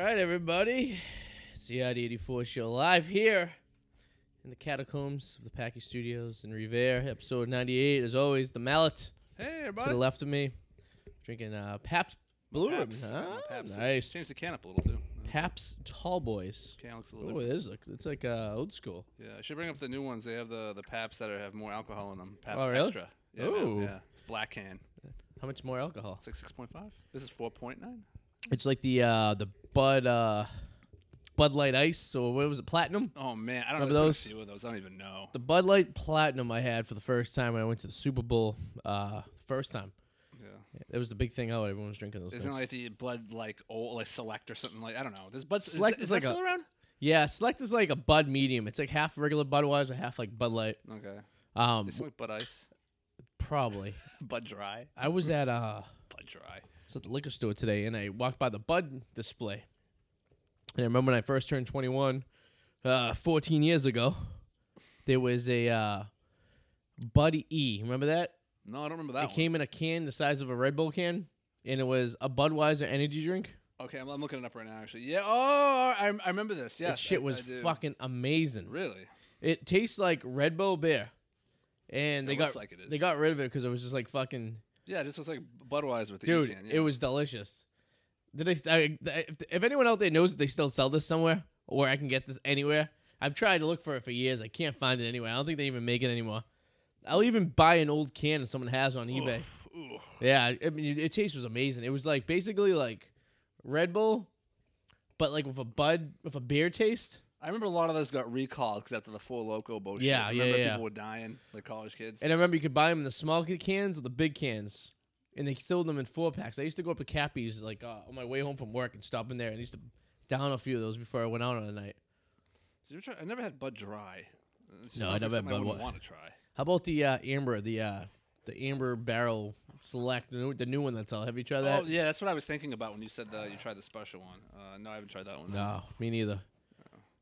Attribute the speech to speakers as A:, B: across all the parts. A: everybody. It's the ID84 show live here in the catacombs of the Packy Studios in Revere. Episode 98, as always, the mallet
B: Hey,
A: to the
B: everybody.
A: left of me. Drinking uh, Paps Blue Ribbon.
B: Paps. Uh,
A: Ah,
B: Paps.
A: nice.
B: Change the can up a little too. Uh,
A: Paps Tall Boys.
B: can looks a little
A: Oh, it
B: different.
A: is. look- It's like uh, old school.
B: Yeah, I should bring up the new ones. They have the the Paps that are- have more alcohol in them. Paps
A: Oh, really?
B: Extra. Yeah, man,
A: Ooh.
B: yeah. It's black can.
A: How much more alcohol?
B: It's like six point five. This is four point nine.
A: It's like the uh, the Bud uh, Bud Light Ice, or what was it, Platinum?
B: Oh man, I don't
A: Remember
B: know.
A: those?
B: There's been a few of those. I don't even know.
A: The Bud Light Platinum I had for the first time when I went to the Super Bowl. Uh, the first time.
B: Yeah.
A: It was the big thing out. Everyone was drinking those
B: Isn't it
A: things.
B: like the Bud like old like Select or something like I don't know. This Bud
A: Select
B: is,
A: is
B: that-
A: like
B: is that
A: a-
B: still around?
A: yeah, Select is like a Bud medium. It's like half regular Budweiser, half like Bud Light.
B: Okay.
A: Um,
B: They still like Bud Ice,
A: probably.
B: Bud Dry,
A: I was at uh, I
B: Bud Dry.
A: was at the liquor store today, and I walked by the Bud display. And I remember when I first turned 21, uh, 14 years ago, there was a uh, Bud E. Remember that?
B: No, I don't remember that
A: it came in a can the size of a Red Bull can, and it was a Budweiser energy drink.
B: one. Okay, I'm, I'm looking it up right now. Actually, yeah. Oh, I, I remember this. Yes,
A: that shit
B: I-
A: was
B: I do.
A: fucking amazing.
B: really.
A: It tastes like Red Bull beer, and they
B: It
A: got
B: looks like it is.
A: they got rid of it because it was just like fucking
B: Yeah, it just looks like Budweiser with the
A: dude.
B: E can, yeah.
A: It was delicious. Did I, I- if, if anyone out there knows that they still sell this somewhere or I can get this anywhere, I've tried to look for it for years. I can't find it anywhere. I don't think they even make it anymore. I'll even buy an old can that someone has on eBay.
B: Ooh.
A: Yeah, I mean, it, it taste was amazing. It was like basically like Red Bull, but like with a bud with a beer taste.
B: I remember a lot of those got recalled because after the full loco bullshit.
A: Yeah, yeah,
B: remember
A: yeah.
B: People were dying, like college kids.
A: And I remember you could buy them in the small cans or the big cans. And they sold them in four packs. I used to go up to Cappy's like uh, on my way home from work and stop in there and I used to down a few of those before I went out on a night.
B: Did you try- I never had Bud Dry. It just
A: No, I
B: sounds like
A: never had
B: something
A: Bud
B: wouldn't
A: Wa-
B: want to try.
A: How about the uh, amber, the uh, the amber barrel select, the new, the new one that's out. Have you tried that?
B: Oh yeah, that's what I was thinking about when you said that you tried the special one. Uh, no, I haven't tried that one.
A: No, me neither.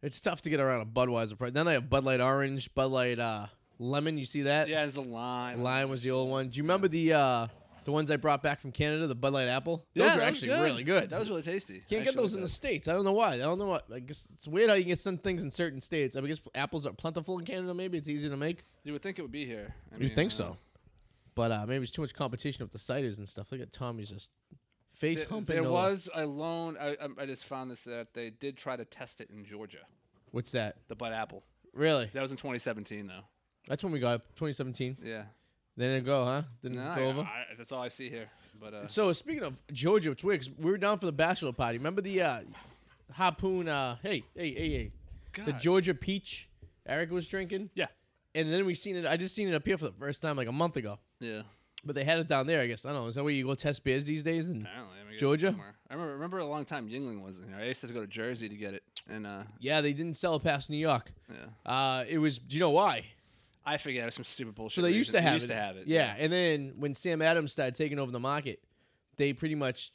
A: It's tough to get around a Budweiser price. Then I have Bud Light Orange, Bud Light uh, Lemon. You see that?
B: Yeah, it's a lime.
A: Lion was the old one. Do you remember the uh, the ones I brought back from Canada, the Bud Light Apple? Those
B: Yeah,
A: are
B: that was
A: actually really good.
B: That was really tasty.
A: Can't get
B: Actually,
A: those in the
B: that-
A: states. I don't know why. I don't know what. I guess it's weird how you get some things in certain states. I guess apples are plentiful in Canada. Maybe it's easy to make.
B: You would think it would be here. I
A: You'd
B: mean,
A: think
B: uh,
A: so, but uh, maybe it's too much competition with the ciders and stuff. Look at Tommy's just face
B: There,
A: humping.
B: there
A: Noah.
B: was a loan. I, I- I just found this that they did try to test it in Georgia.
A: What's that?
B: The Bud Apple.
A: Really?
B: That was in 2017 though.
A: That's when we got 2017.
B: Yeah.
A: They didn't go, huh? Didn't
B: No,
A: go
B: I-
A: over.
B: I- that's all I see here. But uh,
A: So speaking of Georgia, it's weird 'cause we were down for the bachelor party. Remember the uh, harpoon? Uh, hey, hey, hey, hey. The
B: God.
A: Georgia peach Eric was drinking,
B: yeah,
A: and then we seen it. I just seen it up here for the first time like a month ago,
B: yeah.
A: but they had it down there. I guess I don't know. Is that where you go test beers these days? And
B: Apparently, I mean, I guess it's
A: Georgia?
B: somewhere. I remember, remember a long time Yingling wasn't here. I used to have to go to Jersey to get it, and uh,
A: yeah, they didn't sell it past New York.
B: yeah,
A: Uh, it was. Do you know why?
B: I forget it was some stupid bullshit.
A: So they used to
B: reason.
A: have
B: We
A: it.
B: Used to have it.
A: Yeah. and then when Sam Adams started taking over the market, they pretty much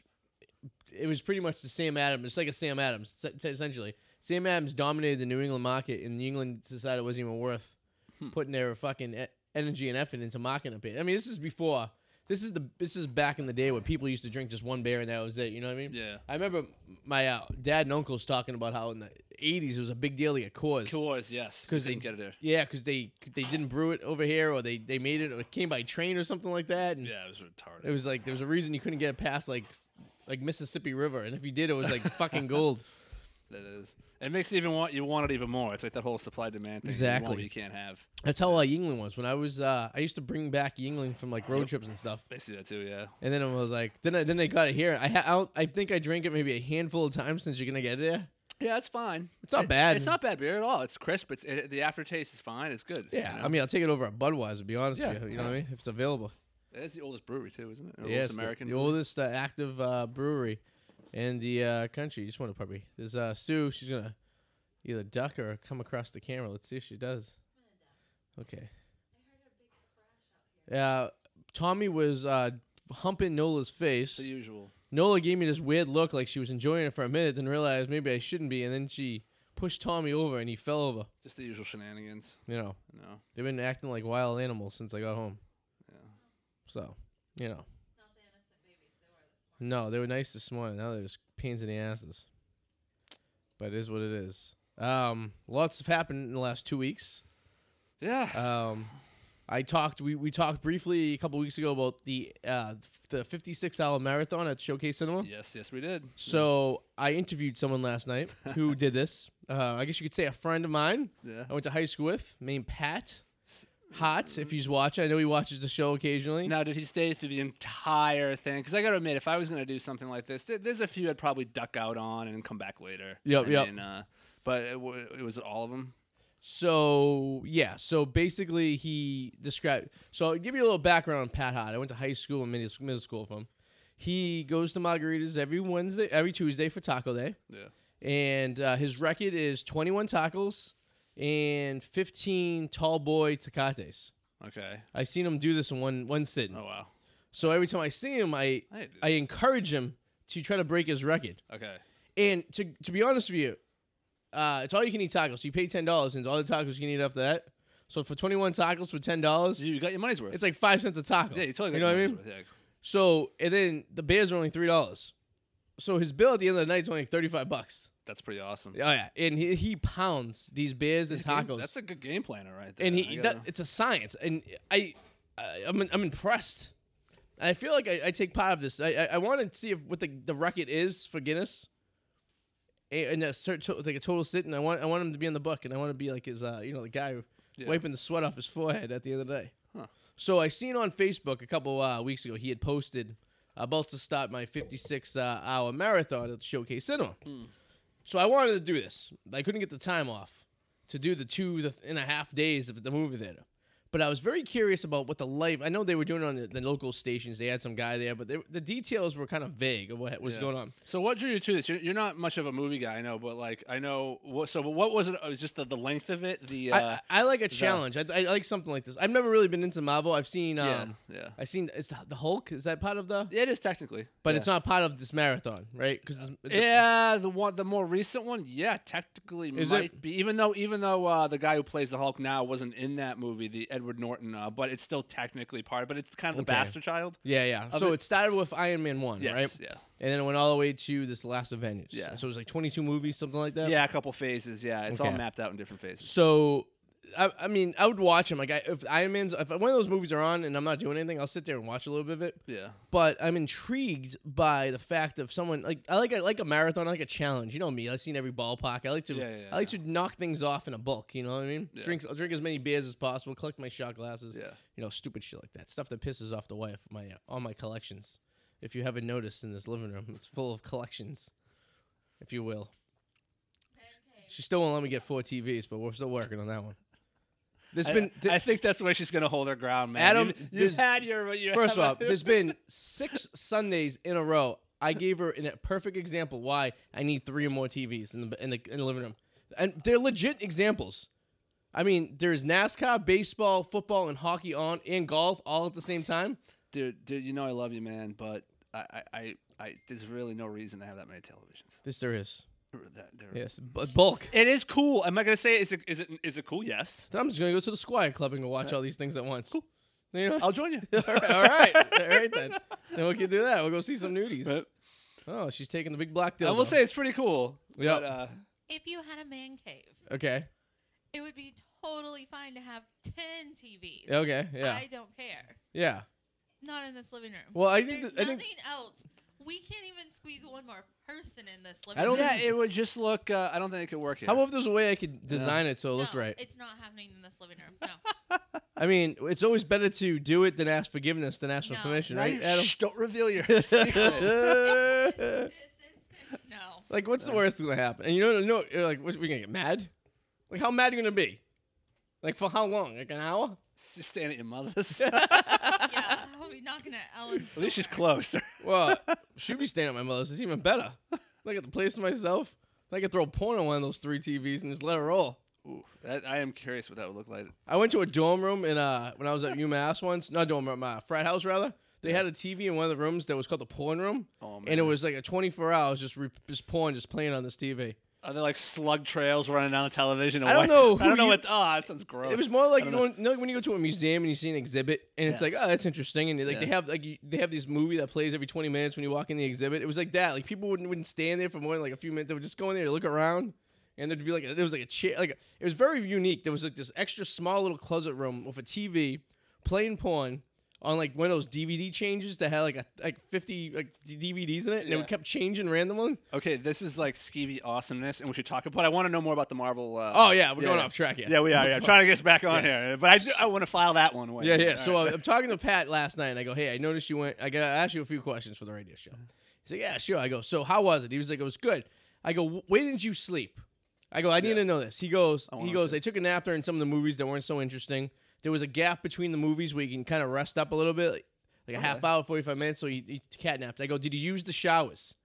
A: it was pretty much the Sam Adams. It's like a Sam Adams se- se- essentially. Sam Adams dominated the New England market, and New England decided it wasn't even worth
B: Hmm.
A: putting their fucking e- energy and effort into marketing it. I mean, this is before. This is the this is back in the day where people used to drink just one beer and that was it. You know what I mean?
B: Yeah.
A: I remember my uh, dad and uncles talking about how in the '80s it was a big deal to get Coors.
B: Coors, yes, because
A: Because they-
B: they didn't get it there.
A: Yeah, because they they didn't brew it over here, or they they made it, or it came by train or something like that. And
B: Yeah, it was
A: it
B: retarded.
A: was like there was a reason you couldn't get it past like like Mississippi River, and if you did, it was like fucking gold.
B: That is. It makes you even want you want it even more. It's like that whole supply demand thing. You want what
A: Exactly.
B: you can't have.
A: That's how uh, Yingling was. When I was, uh, I used to bring back Yingling from like road trips and stuff,
B: I see that too. Yeah.
A: and then I was like, then I, then they got it here. I ha- I, don't- I think I drank it maybe a handful of times since you're gonna get it there.
B: Yeah, it's fine.
A: It's not bad.
B: It's not bad beer at all. It's crisp. It's it, the aftertaste is fine. It's good.
A: Yeah,
B: you know?
A: I mean, I'll take it over at Budweiser. To be honest
B: Yeah.
A: with you, you know what I mean? If it's available.
B: it's the oldest brewery too, isn't it? The
A: Yes,
B: oldest American.
A: the,
B: brewery.
A: oldest uh, active uh, brewery in the uh, country. You just want to probably. There's uh, Sue. She's gonna either duck or come across the camera. Let's see if she does. Okay. Uh, Tommy was uh, humping Nola's face.
B: the usual.
A: Nola gave me this weird look, like she was enjoying it for a minute, then realized maybe I shouldn't be, and then she pushed Tommy over, and he fell over.
B: Just the usual shenanigans.
A: You know,
B: No.
A: they've been acting like wild animals since I got home.
B: Yeah.
A: So, you know. No, they were nice this morning. Now they're just pains in the asses. but it is what it is. Um, lots have happened in the last two weeks.
B: Yeah.
A: Um, I talked. We, we talked briefly a couple weeks ago about the uh, the 56 hour marathon at Showcase Cinema.
B: yes, yes, we did.
A: So I interviewed someone last night who did this. Uh, I guess you could say a friend of mine.
B: Yeah.
A: I went to high school with named Pat. Hot, if he's watching. I know he watches the show occasionally.
B: Now, did he stay through the entire thing? Because I got to admit, if I was going to do something like this, th- there's a few I'd probably duck out on and come back later.
A: Yep,
B: I
A: yep.
B: mean, uh, but it, w- it was all of them.
A: So yeah, so basically he described. So I'll give you a little background on Pat Hot. I went to high school and middle, middle school with him. He goes to Margaritas every Wednesday, every Tuesday for Taco Day,
B: Yeah.
A: and uh, his record is 21 tacos and 15 tall boy tecates.
B: Okay.
A: I seen him do this in one one sitting.
B: Oh wow.
A: So every time I see him, I
B: I did
A: I encourage him to try to break his record.
B: Okay.
A: And to to be honest with you, uh, it's all you can eat tacos. You pay ten dollars, and it's all the tacos you can eat after that. So for twenty one tacos for ten dollars,
B: You got your money's worth.
A: it's like five cents a taco.
B: yeah, you totally got
A: you
B: your
A: know what I
B: money's
A: mean.
B: worth. Yeah.
A: So and then the beers are only three dollars. So his bill at the end of the night is only thirty five bucks.
B: That's pretty awesome.
A: Oh yeah, and he, he pounds these beers, his
B: That's a game-
A: tacos,
B: That's a good game planner right there.
A: and
B: I
A: he
B: gotta-
A: that, it's a science. And I, I I'm I'm impressed. And I feel like I, I take part of this. I I, I want to see if what the, the record is for Guinness. A- And a cert, to- like a total sit, and I want I want him to be in the book, and I want to be like his uh, you know the guy who-
B: Yeah.
A: wiping the sweat off his forehead at the end of the day.
B: Huh.
A: So I seen on Facebook a couple uh, weeks ago he had posted about to start my 56 uh, hour marathon at Showcase Cinema.
B: Hmm.
A: So I wanted to do this. I couldn't get the time off to do the two the th- and a half days of the movie theater. But I was very curious about what the life. I know they were doing it on the, the local stations. They had some guy there, but they, the details were kind of vague of what was
B: Yeah.
A: going on.
B: So what drew you to this? You're, you're not much of a movie guy, I know, but like I know. What, so what was it? It was just the, the length of it. The uh,
A: I, I I like a challenge. I, I like something like this. I've never really been into Marvel. I've seen. Um,
B: yeah, yeah.
A: I seen it's the Hulk. Is that part of the?
B: It is technically,
A: But
B: yeah.
A: it's not part of this marathon, right? Because
B: Yeah, the one, the more recent one, yeah, technically
A: Is
B: might
A: it-
B: be. Even though, even though uh, the guy who plays the Hulk now wasn't in that movie, the Edward Norton, uh, but it's still technically part. But it's kind of the
A: Okay.
B: bastard child.
A: yeah, yeah. So it started with Iron Man one,
B: Yes,
A: right?
B: yeah,
A: And then it went all the way to this last Avengers.
B: Yeah.
A: So it was like 22 movies, something like that.
B: yeah, a couple phases. Yeah, it's all
A: Okay.
B: mapped out in different phases.
A: So, I, I mean, I would watch them. Like, I, if Iron Man's, if one of those movies are on and I'm not doing anything, I'll sit there and watch a little bit of it.
B: Yeah,
A: But I'm intrigued by the fact of someone like I like I like a marathon, I like a challenge. You know me, I've seen every ballpark. I like to
B: Yeah, yeah, yeah,
A: I like to knock things off in a bulk. You know what I mean?
B: Yeah.
A: Drink I'll drink as many beers as possible. Collect my shot glasses.
B: yeah.
A: you know, stupid shit like that. Stuff that pisses off the wife. My uh, all my collections. If you haven't noticed in this living room, it's full of collections, if you will. She still won't let me get four TVs, but we're still working on that one. There's
B: I,
A: been th-
B: I think that's where she's gonna hold her ground, man.
A: Adam,
B: You- you,
A: there's-
B: had your, you
A: first
B: have-
A: off, there's been six Sundays in a row. I gave her an- a perfect example why I need three or more TVs in the in the, in the living room, and they're legit examples. I mean, there's NASCAR, baseball, football, and hockey on, and golf all at the same time.
B: dude, dude, you know I love you, man, but I, I, I, I there's really no reason to have that many televisions.
A: This there is.
B: That- there-
A: Yes, but bulk.
B: It is cool. Am I gonna say is it is it is it cool? Yes.
A: Then I'm just gonna go to the Squire Club and go watch all these things at once. Cool. You know?
B: I'll join you.
A: all right, all right, all right then. Then we can do that. We'll go see some nudies.
B: But-
A: Oh, she's taking the big black dildo.
B: I will say it's pretty cool.
A: Yep.
B: But, uh,
C: If you had a man cave,
A: Okay.
C: it would be totally fine to have 10 TVs.
A: Okay. Oh, Yeah.
C: I don't care.
A: yeah.
C: Not in this living room.
A: Well, I think
C: There's
A: that, I
C: nothing
A: think
C: else. We can't even squeeze one more person in this living
A: I don't
C: room.
B: yeah,
A: think-
B: it would just look. Uh, I don't think it could work here.
A: how about if there's a way I could design it so it
C: no,
A: looked right?
C: It's not happening in this living room. No.
A: I mean, it's always better to do it than ask forgiveness than ask for
C: No.
A: permission,
B: Now
A: right,
B: you-
A: Adam?
B: shh, don't reveal your secret.
C: In this instance, no.
A: like, what's the worst that's gonna happen? And you don't know, you're like, what, we gonna get mad? Like, how mad are you gonna be? Like, for how long? Like an hour?
B: just stand at your mother's.
C: Yeah, I'll be knocking at
B: At
C: Ellen's.
B: least
C: door.
B: she's close.
A: Well, she'd be staying at my mother's. It's even better. I get the place to myself. I could throw porn on one of those three TVs and just let it roll.
B: Ooh, that, I am curious what that would look like.
A: I went to a dorm room in uh when I was at UMass once. Not dorm room, uh, frat house rather. They had a TV in one of the rooms that was called the porn room,
B: Oh man.
A: and it was like a 24 hours just re- just porn just playing on this TV.
B: Are there like slug trails running down the television?
A: I don't
B: away?
A: know
B: I
A: who
B: don't know
A: you-
B: what. Oh, that sounds gross.
A: It was more like
B: I
A: you
B: don't know.
A: know, you know, when you go to a museum and you see an exhibit, and it's
B: Yeah.
A: like, oh, that's interesting, and they, like they
B: Yeah.
A: have like you, they have this movie that plays every twenty minutes when you walk in the exhibit. It was like that. Like people wouldn't wouldn't stand there for more than like a few minutes. They would just go in there, look around, and there'd be like a, there was like a chair. Like it was very unique. There was like this extra small little closet room with a TV, playing porn on like one of those DVD changes that had like a like fifty like DVDs in it, and
B: Yeah.
A: it kept changing randomly.
B: Okay, this is like skeevy awesomeness, and we should talk. But I want to know more about the Marvel. Uh,
A: Oh yeah, we're
B: Yeah,
A: going
B: yeah.
A: off track here.
B: Yeah, we are. Yeah, I'm trying to get us back on
A: Yes.
B: here, but I, do, I want to file that one away.
A: Yeah, yeah.
B: All
A: so uh,
B: right.
A: I, I'm talking to Pat last night, and I go, "Hey, I noticed you went. I got I asked you a few questions for the radio
B: Mm-hmm.
A: show." He's like, "Yeah, sure." I go, "So how was it?" He was like, "It was good." I go, "Wh- "When did you sleep?" I go, "I need
B: Yeah.
A: to know this." He goes,
B: wanna
A: "He
B: know
A: goes,
B: too.
A: I took a nap during some of the movies that weren't so interesting. There was a gap between the movies where you can kind of rest up a little bit, like, like a half hour, forty five minutes. So he, he catnapped." I go, "Did you use the showers?"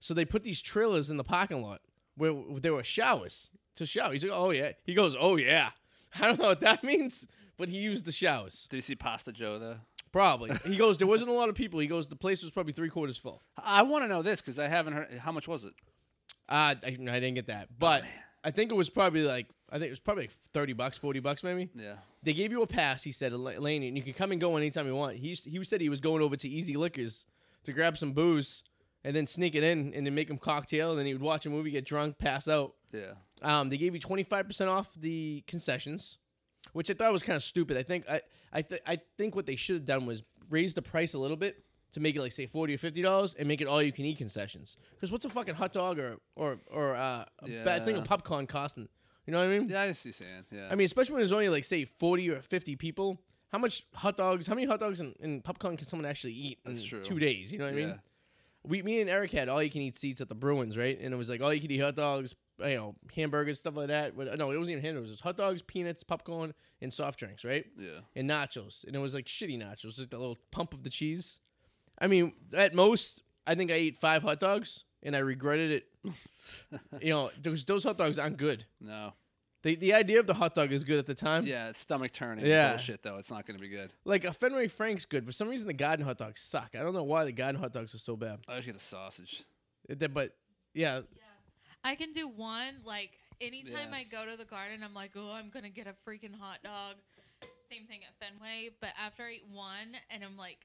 A: So they put these trailers in the parking lot where where there were showers to shower. He's like, "Oh yeah." He goes, "Oh yeah." I don't know what that means, but he used the showers.
B: did you see Pasta Joe though?
A: Probably. He goes, there wasn't a lot of people. He goes, the place was probably three quarters full.
B: I want to know this because I haven't heard. How much was it?
A: Uh, I, I didn't get that. But I think it was probably like, I think it was probably like 30 bucks, 40 bucks maybe.
B: Yeah.
A: They gave you a pass, he said, Ela- Elaine, and you can come and go anytime you want. He, used- he said he was going over to Easy Liquors to grab some booze and then sneak it in and then make him cocktail. And then he would watch a movie, get drunk, pass out.
B: Yeah.
A: Um, they gave you 25% off the concessions, which I thought was kind of stupid. I think I I, th- I think what they should have done was raise the price a little bit to make it like say 40 or 50 dollars and make it all you can eat concessions. Cuz what's a fucking hot dog or or or uh, a bad thing
B: Yeah.
A: of popcorn costing? You know what I mean?
B: Yeah, I see, Sand. Yeah.
A: I mean, especially when there's only like say 40 or 50 people, how much hot dogs, how many hot dogs and, and popcorn can someone actually eat in
B: That's true.
A: 2 days, you know what I mean?
B: Yeah.
A: we, me and Eric had all you can eat seats at the Bruins, right? And it was like all you can eat hot dogs, you know, hamburgers, stuff like that. But uh, no, it wasn't even hamburgers. It was hot dogs, peanuts, popcorn, and soft drinks, right?
B: yeah.
A: And nachos, and it was like shitty nachos, just the little pump of the cheese. I mean, at most, I think I ate five hot dogs, and I regretted it. you know, those those hot dogs aren't good.
B: No.
A: The the idea of the hot dog is good at the time.
B: Yeah, it's stomach turning.
A: Yeah.
B: Bullshit though. It's not going to be good.
A: Like a Fenway Frank's good. For some reason, the Garden hot dogs suck. I don't know why the Garden hot dogs are so bad.
B: I just get the sausage.
A: It- But yeah,
C: I can do one. Like anytime
B: Yeah.
C: I go to the garden, I'm like, oh, I'm gonna get a freaking hot dog. Same thing at Fenway, but after I eat one, and I'm like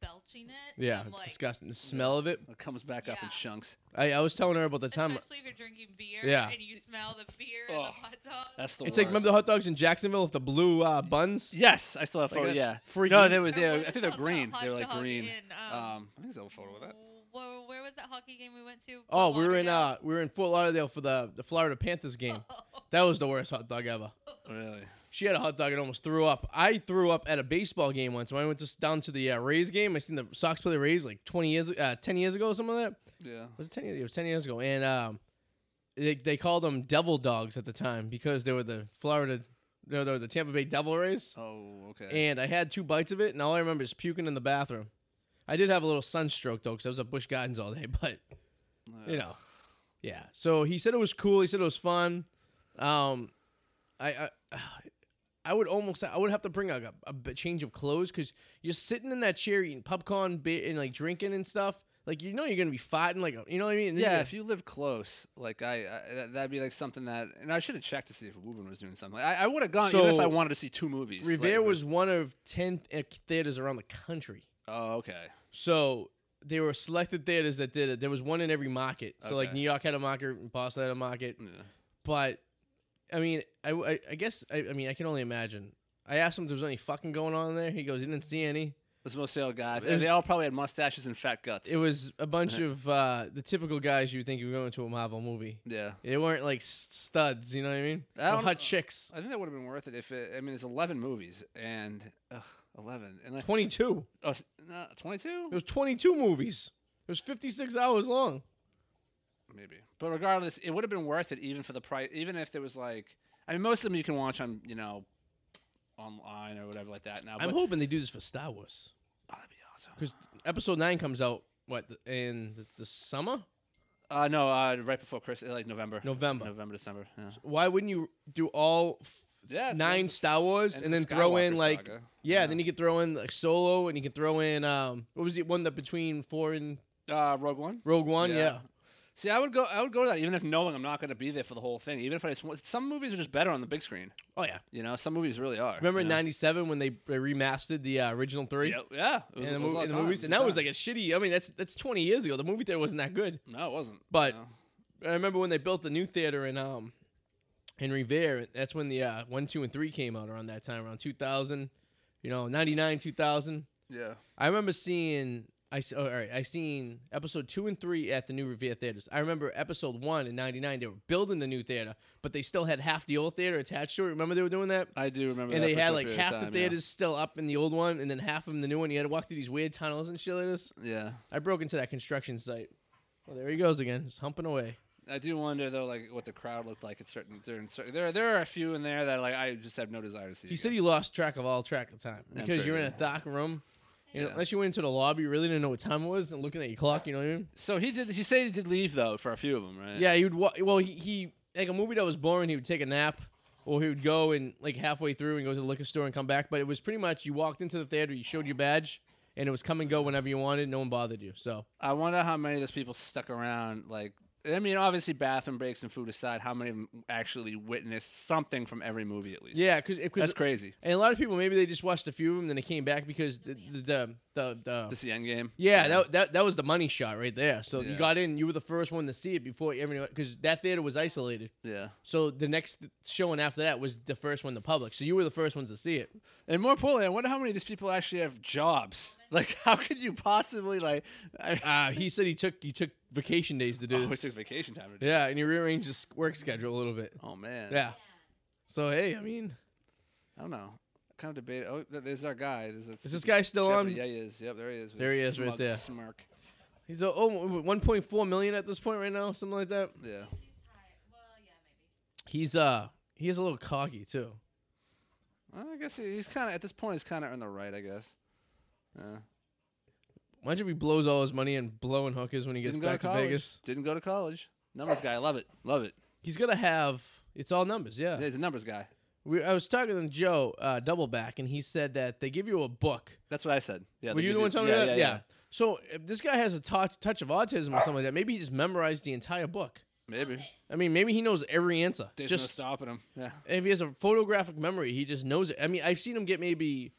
C: belching it.
A: yeah,
C: I'm
A: it's
C: like,
A: disgusting. The smell of it.
B: It comes back up in
C: Yeah.
B: chunks.
A: I, I was telling her about the time.
C: Especially if you're drinking beer
A: Yeah.
C: and you smell the beer and
B: Oh,
C: the hot dog.
B: That's the.
A: It's
B: worst.
A: like remember the hot dogs in Jacksonville with the blue uh, buns.
B: Yes, I still have
A: Like,
B: photo.
A: that's
B: yeah.
A: freaking-
B: No, there was
C: Or
B: there. I
C: was
B: think
C: it
B: they're
C: called that
B: green.
C: hot
B: They were like
C: dog
B: green.
C: in,
B: um,
C: um,
B: I think there's a photo of that.
C: Where, where was that hockey game we went to? Fort
A: Oh, we were in uh,
C: Lauderdale?
A: we were in Fort Lauderdale for the the Florida Panthers game. That was the worst hot dog ever.
B: Really?
A: She had a hot dog and almost threw up. I threw up at a baseball game once. When I went to down to the uh, Rays game, I seen the Sox play the Rays like twenty years, uh, ten years ago, or something like that.
B: Yeah.
A: Was it ten years? It was ten years ago, and um, they, they called them Devil Dogs at the time because they were the Florida, they were the Tampa Bay Devil Rays.
B: Oh, okay.
A: and I had two bites of it, and all I remember is puking in the bathroom. I did have a little sunstroke though, because I was at Bush Gardens all day. But
B: Uh,
A: you know, yeah. So he said it was cool. He said it was fun. Um, I I, I would almost I would have to bring like a, a b- change of clothes because you're sitting in that chair eating popcorn bit and like drinking and stuff. Like you know you're gonna be fighting like you know what I mean. And then
B: Yeah,
A: you-
B: if you live close, like I, I that, that'd be like something that, and I should have checked to see if Ruben was doing something. I, I would have gone even if
A: So,
B: I wanted to see two movies. like,
A: Revere
B: but-
A: was one of ten th- theaters around the country.
B: Oh, okay.
A: So they were selected theaters that did it. There was one in every market. So like
B: Okay.
A: New York had a market, and Boston had a market.
B: Yeah.
A: But I mean, I, I, I guess I, I mean I can only imagine. I asked him if there was any fucking going on there. He goes, he didn't see any.
B: Those Moselle guys,
A: It
B: and
A: was-
B: they all probably had mustaches and fat guts.
A: It was a bunch of uh, the typical guys you would think you were going to a Marvel movie.
B: yeah,
A: They weren't like s- studs, you know what I mean?
B: I
A: Or
B: don't-
A: hot chicks.
B: I think that would have been worth it if it, I mean, it's eleven movies and ugh, eleven and like
A: Twenty two.
B: twenty two,
A: It was twenty two movies. It was fifty six hours long.
B: maybe. But regardless, it would have been worth it even for the price, even if there was like, I mean, most of them you can watch on you know, online or whatever like that now.
A: I'm
B: but,
A: hoping they do this for Star Wars.
B: oh, that'd be awesome.
A: Because episode nine comes out what th- in the, the summer,
B: Uh, no, uh, right before Christmas, like November.
A: November.
B: November, December. Yeah.
A: Why wouldn't you do all f-
B: Yeah, it's
A: nine
B: like-
A: Star Wars and,
B: and
A: then
B: the
A: throw in
B: Skywalker
A: like
B: saga.
A: yeah,
B: Yeah.
A: Then you could throw in like Solo, and you could throw in um what was the one that between four and
B: Uh, Rogue One.
A: Rogue One? Yeah,
B: Yeah. See, I would go. I would go to that even if knowing I'm not going to be there for the whole thing. Even if I just want- some movies are just better on the big screen.
A: Oh yeah.
B: You know, some movies really are.
A: Remember
B: you
A: in
B: know?
A: '97 when they, they remastered the uh, original three?
B: Yeah, yeah. It was, it
A: And the,
B: was a
A: mo-
B: lot
A: and
B: of
A: the
B: time.
A: movies,
B: It
A: and
B: was a
A: that was like
B: time.
A: a shitty. I mean, that's that's 20 years ago. The movie theater wasn't that good.
B: no, it wasn't.
A: But-
B: no.
A: I remember when they built the new theater in um in Revere. That's when the uh, one, two, and three came out around that time, around 2000. You know, 99, 2000.
B: yeah,
A: I remember seeing. I s- oh, all right. I seen episode two and three at the new Revere theaters. I remember episode one in '99. They were building the new theater, but they still had half the old theater attached to it. Remember they were doing that.
B: I do remember.
A: and
B: that
A: they
B: for a
A: had
B: short
A: like
B: period of
A: half the
B: time, yeah.
A: theaters still up in the old one, and then half of them the new one. You had to walk through these weird tunnels and shit like this.
B: Yeah.
A: I broke into that construction site. Well, there he goes again, just humping away.
B: I do wonder though, like what the crowd looked like at certain during certain. There, there are a few in there that like I just have no desire to see.
A: He
B: again.
A: said he lost track of all track of time
B: I'm
A: because
B: sure
A: you're
B: he
A: in a
B: did.
A: dark room. You know,
B: Yeah.
A: unless you went into the lobby, you really didn't know what time it was, and looking at your clock, you know what I mean?
B: so he did. He said he did leave though for a few of them, right?
A: Yeah, he would. Wa- well, he, he like a movie that was boring. He would take a nap, or he would go and like halfway through and go to the liquor store and come back. But it was pretty much you walked into the theater, you showed your badge, and it was come and go whenever you wanted. No one bothered you. So
B: I wonder how many of those people stuck around. Like, I mean, obviously, bathroom breaks and food aside, how many of them actually witnessed something from every movie at least?
A: yeah, eh, because
B: that's crazy
A: and a lot of people maybe they just watched a few of them, then they came back because the the the, the, the
B: to see Endgame.
A: Yeah, that, that that was the money shot right there. So you
B: Yeah.
A: got in, you were the first one to see it before everyone, because that theater was isolated.
B: yeah.
A: So the next showing after that was the first one to public. So you were the first ones to see it.
B: And more importantly, I wonder how many of these people actually have jobs. Like, how could you possibly like? I,
A: Uh, he said he took he took vacation days to do
B: oh, we
A: this.
B: took vacation time. To
A: yeah, and he rearranged his work schedule a little bit.
B: Oh man.
A: Yeah. So hey, I mean,
B: I don't know. Kind of debate. Oh, th- there's our guy. There's
A: is this guy still on?
B: Yeah, he is. Yep, there he is. with
A: There he
B: his
A: is right
B: smug
A: there.
B: Smirk.
A: He's uh, oh 1.4 million at this point right now, something like that.
B: Yeah.
C: He's high. Well, yeah, maybe.
A: He's uh he's a little cocky too.
B: Well, I guess he- he's kind of at this point. He's kind of earned the right. I guess. Yeah.
A: Imagine if he blows all his money and blowing hookers when he gets
B: Didn't go to
A: back to
B: college.
A: Vegas.
B: Didn't go to college. Numbers guy. Love it. Love it.
A: He's gonna have it's all numbers, yeah.
B: Yeah, he's a numbers guy.
A: We, I was talking to Joe uh, Doubleback, and he said that they give you a book.
B: That's what I said. Yeah.
A: Were
B: they
A: you
B: give
A: the one telling me
B: yeah,
A: that?
B: Yeah, yeah.
A: So if this guy has a touch, touch of autism or something like that. Maybe he just memorized the entire book.
B: Maybe.
A: I mean, maybe he knows every answer.
B: There's no
A: just
B: stopping him. Yeah.
A: if he has a photographic memory, he just knows it. I mean, I've seen him get maybe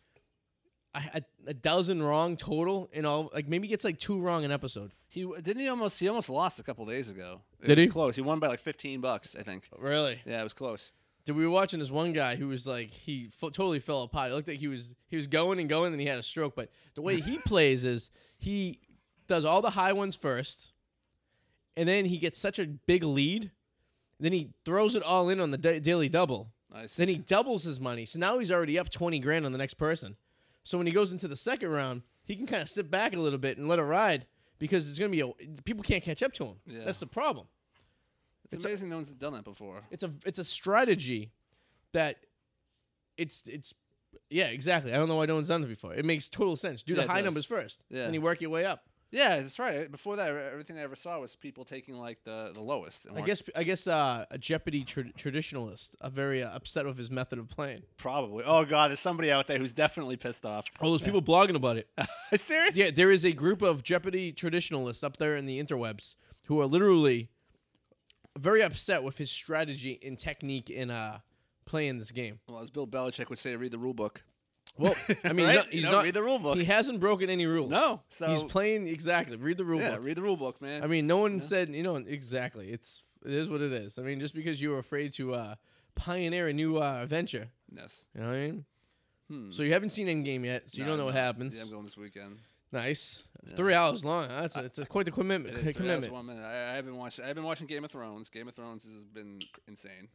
A: a, a, a dozen wrong total, and all like maybe he gets like two wrong an episode.
B: He w- didn't he almost he almost lost a couple days ago. It
A: Did
B: was
A: he? Oh.
B: Close. He won by like 15 bucks, I think.
A: Really?
B: Yeah, it was close.
A: Dude, we were watching this one guy who was like he f- totally fell apart. It looked like he was he was going and going, and he had a stroke. But the way he plays is he does all the high ones first, and then he gets such a big lead, then he throws it all in on the da- daily double.
B: I see.
A: Then he doubles his money, so now he's already up twenty grand on the next person. So when he goes into the second round, he can kind of sit back a little bit and let it ride because it's gonna be a, people can't catch up to him.
B: Yeah.
A: That's the problem
B: it's,
A: it's a-
B: amazing no one's done that before.
A: it's a it's a strategy that it's it's yeah exactly i don't know why no one's done it before it makes total sense do
B: Yeah,
A: the
B: it
A: high
B: does.
A: numbers first
B: Yeah.
A: and you work your way up
B: Yeah, that's right. Before that, e-, everything I ever saw was people taking like the, the lowest. and
A: i
B: weren't-
A: guess i guess uh, a jeopardy tra- traditionalist are very uh, upset with his method of playing
B: probably. Oh god, there's somebody out there who's definitely pissed off.
A: oh there's people blogging about it
B: Serious?
A: yeah there is a group of jeopardy traditionalists up there in the interwebs who are literally very upset with his strategy and technique in uh playing this game
B: Well, as Bill Belichick would say, read the rule book.
A: well i mean
B: Right?
A: he's not,
B: You
A: he's
B: know,
A: not-
B: read the rule book.
A: he hasn't broken any rules
B: No, so
A: he's playing exactly. Read the rule
B: yeah,
A: book.
B: read the rule book, man.
A: I mean, no one said you know exactly. It's it is what it is. I mean, just because you were afraid to uh, pioneer a new uh, venture,
B: yes.
A: you know what I mean.
B: Hmm.
A: So you haven't seen Endgame yet, so you
B: No,
A: don't know
B: I'm
A: what
B: not-
A: happens.
B: Yeah, I'm going this weekend.
A: nice, three hours long. That's a, it's a quite the commitment.
B: It is three hours,
A: commitment
B: one minute. I, I have been watching. I've been watching Game of Thrones. Game of Thrones has been c- insane.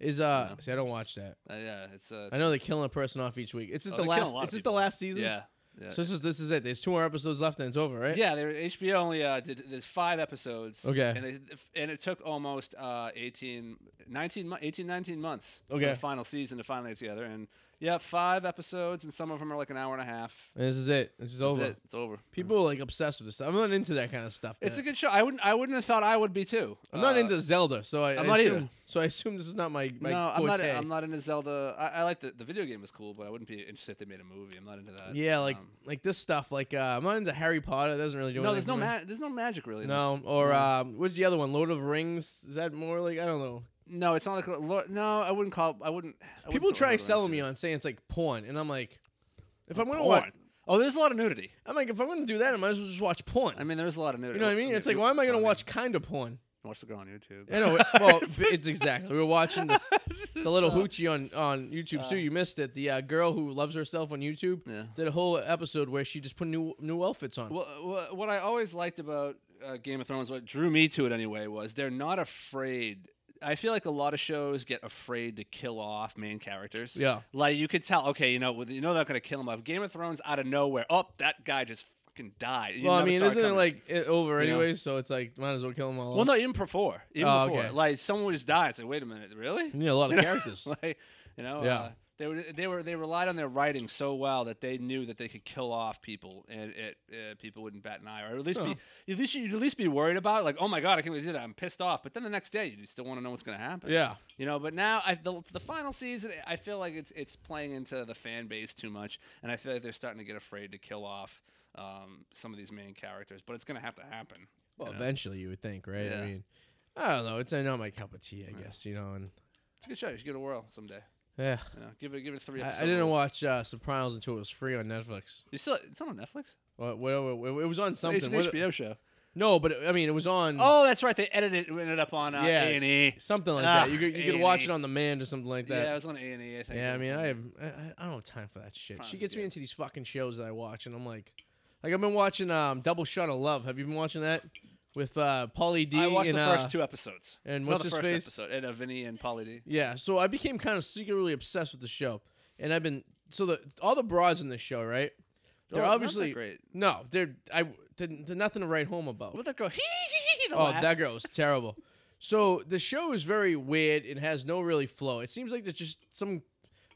A: is uh.
B: Yeah.
A: See, I don't watch that.
B: Uh, yeah, it's. Uh, it's
A: I know they're killing a person off each week. It's just
B: Oh,
A: the
B: they're killing a
A: last.
B: lot
A: It's
B: of
A: just the
B: people.
A: last season.
B: Yeah, yeah.
A: So this is this is it. There's two more episodes left and it's over, right?
B: yeah, they were, HBO only uh, did there's five episodes.
A: Okay.
B: And, they, if- and it took almost uh, 18, 19, mo- 18, 19 months
A: Okay.
B: for the final season to finally get together. And Yeah, five episodes, and some of them are like an hour and a half.
A: And this is it. This is
B: That's
A: over.
B: it. It's over.
A: People are like obsessed with this stuff. I'm not into that kind of stuff.
B: It's a
A: that-
B: good show. I wouldn't. I wouldn't have thought I would be too.
A: I'm not
B: Uh,
A: into Zelda, so I,
B: I'm
A: I
B: not
A: assume,
B: either.
A: so I assume this is not my my
B: no, I'm
A: forte.
B: not. e, I'm not into Zelda. I, I like the the video game was cool, but I wouldn't be interested if they made a movie. I'm not into that.
A: yeah, like
B: Um,
A: like this stuff. Like uh, I'm not into Harry Potter. That doesn't really do
B: no, there's
A: anything.
B: no
A: for me.
B: ma- there's no magic really. in this.
A: No, or
B: No.
A: um, what's the other one? Lord of Rings. Is that more like I don't know?
B: no, it's not like a lo- no. I wouldn't call. I wouldn't. I wouldn't
A: People
B: put
A: try
B: Lord of the
A: selling
B: Rings
A: me
B: in.
A: on saying it's like porn, and I'm like, if I'm gonna
B: Porn.
A: watch,
B: Oh, there's a lot of nudity.
A: I'm like, if I'm gonna do that, I might as well just watch porn.
B: I mean, there's a lot of nudity.
A: you know what I mean? It's like, why am I gonna watch kind of porn?
B: Watch the girl on YouTube.
A: I know. Well, it's exactly. We were watching the, the little
B: So-
A: hoochie on on YouTube. Sue, you missed it. The uh, girl who loves herself on YouTube
B: Yeah.
A: did a whole episode where she just put new new outfits on.
B: Well, wha- what I always liked about uh, Game of Thrones, what drew me to it anyway, was they're not afraid. I feel like a lot of shows get afraid to kill off main characters.
A: Yeah.
B: like you could tell. Okay, you know, with- you know they're not going to kill him off. Game of Thrones, out of nowhere, oh, that guy just fucking died. You
A: Well, I
B: never
A: mean,
B: saw
A: isn't it
B: coming.
A: like it over
B: You know?
A: anyway? So it's like might as well kill them all.
B: Well, no, even before, even
A: Oh,
B: before,
A: okay.
B: like someone just dies. Like, wait a minute, really?
A: You need a lot of characters.
B: like, you know,
A: Yeah.
B: uh, they were they were they relied on their writing so well that they knew that they could kill off people and it uh, people wouldn't bat an eye, or at least
A: Yeah.
B: be at least you'd at least be worried about it, like, oh my god, I can't believe they did that. I'm pissed off. But then the next day, you still want to know what's going to happen.
A: yeah.
B: You know, but now I, the the final season, I feel like it's it's playing into the fan base too much, and I feel like they're starting to get afraid to kill off um, some of these main characters. But it's going to have to happen.
A: Well,
B: you know?
A: eventually you would think, right? I
B: Yeah.
A: mean, I don't know. It's uh, not my cup of tea, I guess. You know, and
B: It's a good show. You should give it a whirl someday.
A: yeah,
B: You know, give it give it a three.
A: I, I
B: episode
A: didn't
B: rule.
A: watch uh, Sopranos until it was free on Netflix.
B: You still it's not on Netflix.
A: Well, well, well, it was on something.
B: It's an
A: What-
B: HBO show.
A: No, but it- I mean, it was on
B: Oh, that's right. They edited it. Ended up on uh,
A: Yeah.
B: A&E.
A: something
B: Ugh,
A: like that. You could, you could watch it
B: A&E.
A: on demand or something like
B: Ah, Yeah, it
A: that.
B: was on A&E. I
A: Yeah,
B: think.
A: I mean, I have I, I- I don't have time for that shit. She
B: Sopranos
A: gets
B: is
A: me
B: good.
A: into these fucking shows that I watch, and I'm like, like I've been watching um Double Shot of Love. Have you been watching that with uh Pauly D?
B: I watched
A: and,
B: the first
A: uh,
B: two episodes.
A: and
B: Not
A: what's
B: the
A: his
B: first
A: face?
B: episode. And uh, Vinny and Polly D.
A: Yeah, so I became kind of secretly obsessed with the show, and I've been so the all the broads in this show, right? They're
B: Oh, not that
A: obviously
B: great.
A: no, they're I they're, they're nothing to write home about.
B: What that girl? Hee hee hee.
A: Oh, that girl was terrible. So the show is very weird and has no really flow. It seems like there's just some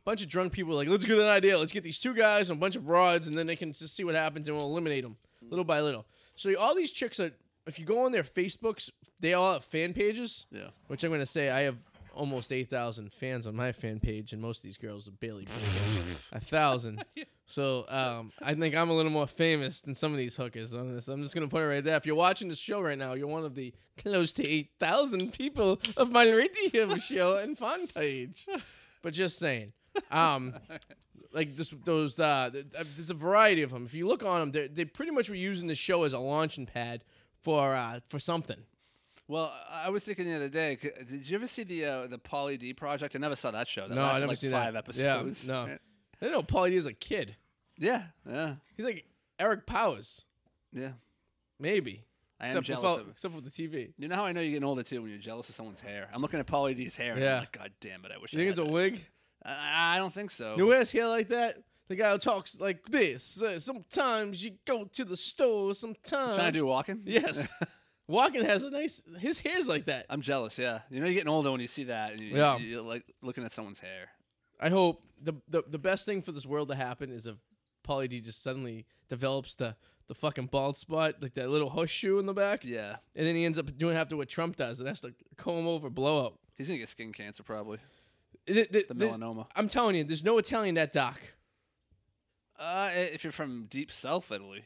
A: bunch of drunk people like, let's get an idea. Let's get these two guys and a bunch of broads, and then they can just see what happens and we'll eliminate them little by little. So all these chicks are, if you go on their Facebooks, they all have fan pages,
B: Yeah.
A: which I'm going to say I have almost 8,000 fans on my fan page, and most of these girls are barely a thousand. So um, I think I'm a little more famous than some of these hookers on this. I'm just gonna put it right there. If you're watching this show right now, you're one of the close to eight thousand people of my radio show and fan page. But just saying, um, like this, those uh, th- th- there's a variety of them. If you look on them, they pretty much were using the show as a launching pad for uh, for something.
B: Well, I- I was thinking the other day. c- Did you ever see the uh, the Polly D project? I never saw that show. That
A: No, I
B: lasted
A: never
B: like
A: seen that.
B: five
A: Yeah,
B: episodes.
A: no. I didn't know Paulie D is a kid.
B: Yeah. Yeah.
A: He's like Eric Powers,
B: Yeah.
A: maybe.
B: I am
A: except
B: jealous
A: for,
B: of it.
A: except for the TV.
B: You know how I know you're getting older too when you're jealous of someone's hair. I'm looking at Polly D's hair. And
A: Yeah.
B: I'm like, God damn it! I wish.
A: You think
B: I
A: it's
B: had
A: a
B: that."
A: wig?
B: I, I don't think so.
A: You wears hair like that. The guy who talks like this. uh, sometimes you go to the store. Sometimes
B: Trying to do walking.
A: Yes. Walken has a nice. His hair's like that.
B: I'm jealous. Yeah, you know you're getting older when you see that, and you,
A: Yeah.
B: you're like looking at someone's hair.
A: I hope the, the the best thing for this world to happen is if Pauly D just suddenly develops the the fucking bald spot, like that little horseshoe in the back,
B: Yeah,
A: and then he ends up doing after what Trump does, and that's the comb over blowout.
B: he's gonna get skin cancer probably.
A: The,
B: The melanoma.
A: I'm telling you, there's no Italian that doc.
B: Uh, i- if you're from deep South Italy,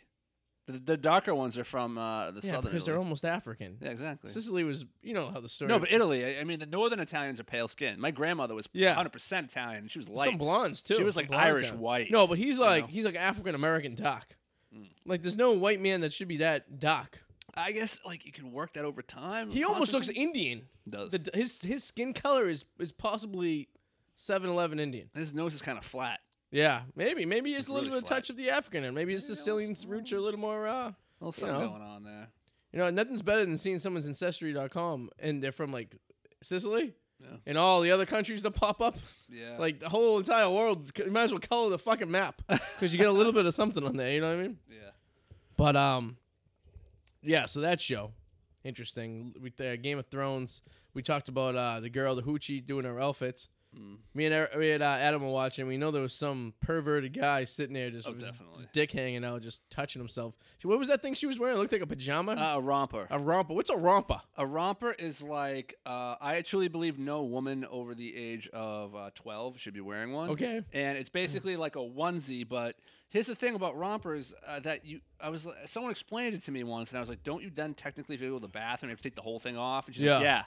B: the, the darker ones are from uh, the
A: Yeah,
B: southern. Italy.
A: because they're almost African.
B: yeah, exactly.
A: Sicily was, you know how the story.
B: No, but Italy. I, I mean, the northern Italians are pale skinned. My grandmother was
A: Yeah.
B: 100 percent Italian. and She was
A: Some
B: light.
A: blondes too.
B: She was,
A: Some
B: like,
A: blondes
B: Irish
A: out.
B: white,
A: No, but he's
B: you
A: like
B: know? Mm.
A: he's like African American doc. Like there's no white man that should be that doc.
B: I guess like you can work that over time.
A: He almost looks
B: constantly.
A: Indian.
B: Does.
A: The, his his skin color is is possibly 7-Eleven Indian.
B: His nose is kind of flat.
A: Yeah, maybe maybe it's a little
B: really
A: bit of touch of the African, and maybe his Sicilian roots are a little more. Uh,
B: A little something
A: know.
B: going on there.
A: you know, nothing's better than seeing someone's ancestry.com and they're from like Sicily,
B: Yeah.
A: and all the other countries that pop up.
B: Yeah.
A: Like the whole entire world, you might as well color the fucking map because you get a little bit of something on there. You know what I mean?
B: yeah.
A: But um, yeah. So that show, interesting. We uh, Game of Thrones. We talked about uh, the girl, the hoochie, doing her outfits.
B: Mm.
A: Me and Eric- me and uh, Adam were watching. We know there was some perverted guy sitting there just
B: Oh,
A: with his
B: definitely.
A: dick hanging out, just touching himself. She- What was that thing she was wearing? It looked like a pajama,
B: Uh, a romper.
A: a romper. What's a romper?
B: A romper is like uh, I truly believe no woman over the age of uh, twelve should be wearing one.
A: Okay. Mm.
B: and it's basically like a onesie. But here's the thing about rompers uh, that you I was uh, someone explained it to me once, and I was like, "Don't you then technically if you go to the bathroom you have to take the whole thing off?" And she's like,
A: Yeah.
B: "Yeah,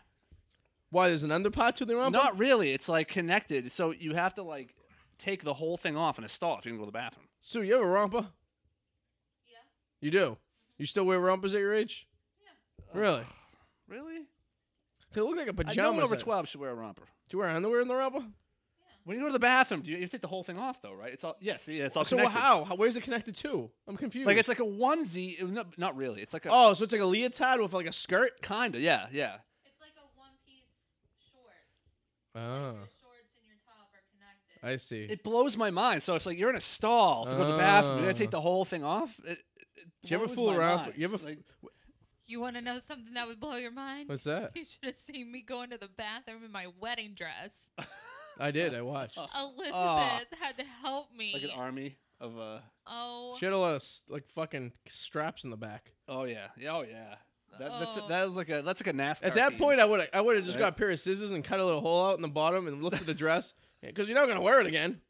A: Why there's an underpart to the romper?
B: not really. It's like connected, so you have to like take the whole thing off in a stall if you can go to the bathroom."
A: Sue, you have a romper?
C: Yeah.
A: You do. You still wear rompers at your age?
B: Yeah.
A: Really?
B: Really?
A: It looked like a
B: I
A: pajama.
B: no one over
A: set.
B: twelve should wear a romper.
A: Do you wear underwear in the romper?
B: When you go to the bathroom, do you, you have to take the whole thing off though, right? It's all yeah. See, it's all
A: So
B: connected.
A: how? how? Where's it connected to? I'm confused.
B: Like it's like a onesie. it- No, not really. It's like a
A: oh, so it's like a leotard with like a skirt.
B: Kinda, yeah, yeah.
C: It's like a one piece shorts.
A: Oh,
C: Your shorts and your top are connected.
A: I see.
B: It blows my mind. So it's like you're in a stall to go to the bathroom. You're gonna
A: Oh.
B: take the whole thing off. It, it
A: Do you ever
B: blows
A: fool
B: my
A: around
B: mind.
A: for- you ever f-
B: like,
C: you want to know something that would blow your mind?
A: What's that?
C: You should have seen me going to the bathroom in my wedding dress.
A: I did. I watched.
B: Oh.
C: Elizabeth
A: Ah.
C: had to help me.
B: like an army of uh
C: oh,
A: She had a lot of s- like fucking straps in the back.
B: oh yeah yeah oh yeah that,
C: Oh.
B: that's that was like a that's like a NASCAR.
A: At that
B: team.
A: point, I would I would have just
B: Right.
A: got a pair of scissors and cut a little hole out in the bottom and lifted the dress because you're not gonna wear it again.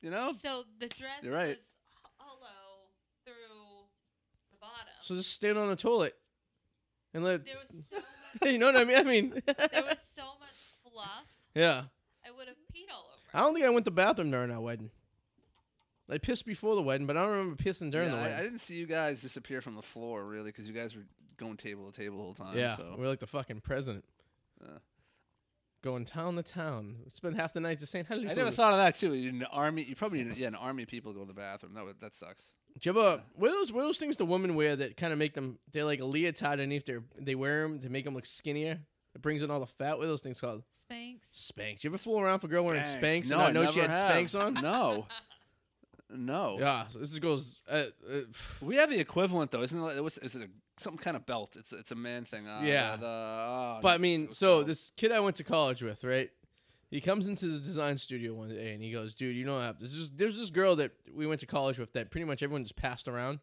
B: you
A: Oh.
B: know
C: so the dress
B: You're right.
C: was h- hollow through the bottom.
A: So just stand on the toilet and let.
C: there was so much,
A: you know what I mean? I mean,
C: there was so much fluff.
A: yeah.
C: I would have peed all over.
A: I don't think I went to the bathroom during our wedding. I pissed before the wedding, but I don't remember pissing during
B: Yeah,
A: the
B: I- I,
A: wedding.
B: didn't see you guys disappear from the floor really because you guys were going table to table the whole time.
A: yeah,
B: so.
A: we're like the fucking president,
B: Uh.
A: going town to town. Spend half the night just saying hello.
B: I
A: to
B: never
A: everybody.
B: thought of that too. You're an army. You probably yeah, an army of people go to the bathroom. That would, that sucks.
A: Do you ever what are those what are those things the women wear that kind of make them they're like a leotard underneath their they wear them to make them look skinnier? It brings in all the fat. What are those things called?
C: Spanks.
A: Spanks. You ever fool around for a girl wearing
B: Spanx.
A: spanks?
B: No,
A: and
B: I
A: not know she
B: never
A: had
B: have.
A: spanks on.
B: No, no.
A: Yeah, so this goes. Uh, uh,
B: We have the equivalent though, isn't it? like- What's, is it a, some kind of belt? It's it's a man thing. Uh,
A: Yeah.
B: the- oh,
A: but I mean,
B: it was
A: so
B: called-
A: this kid I went to college with, right? He comes into the design studio one day and he goes, "Dude, you know, there's this, there's this girl that we went to college with that pretty much everyone just passed around,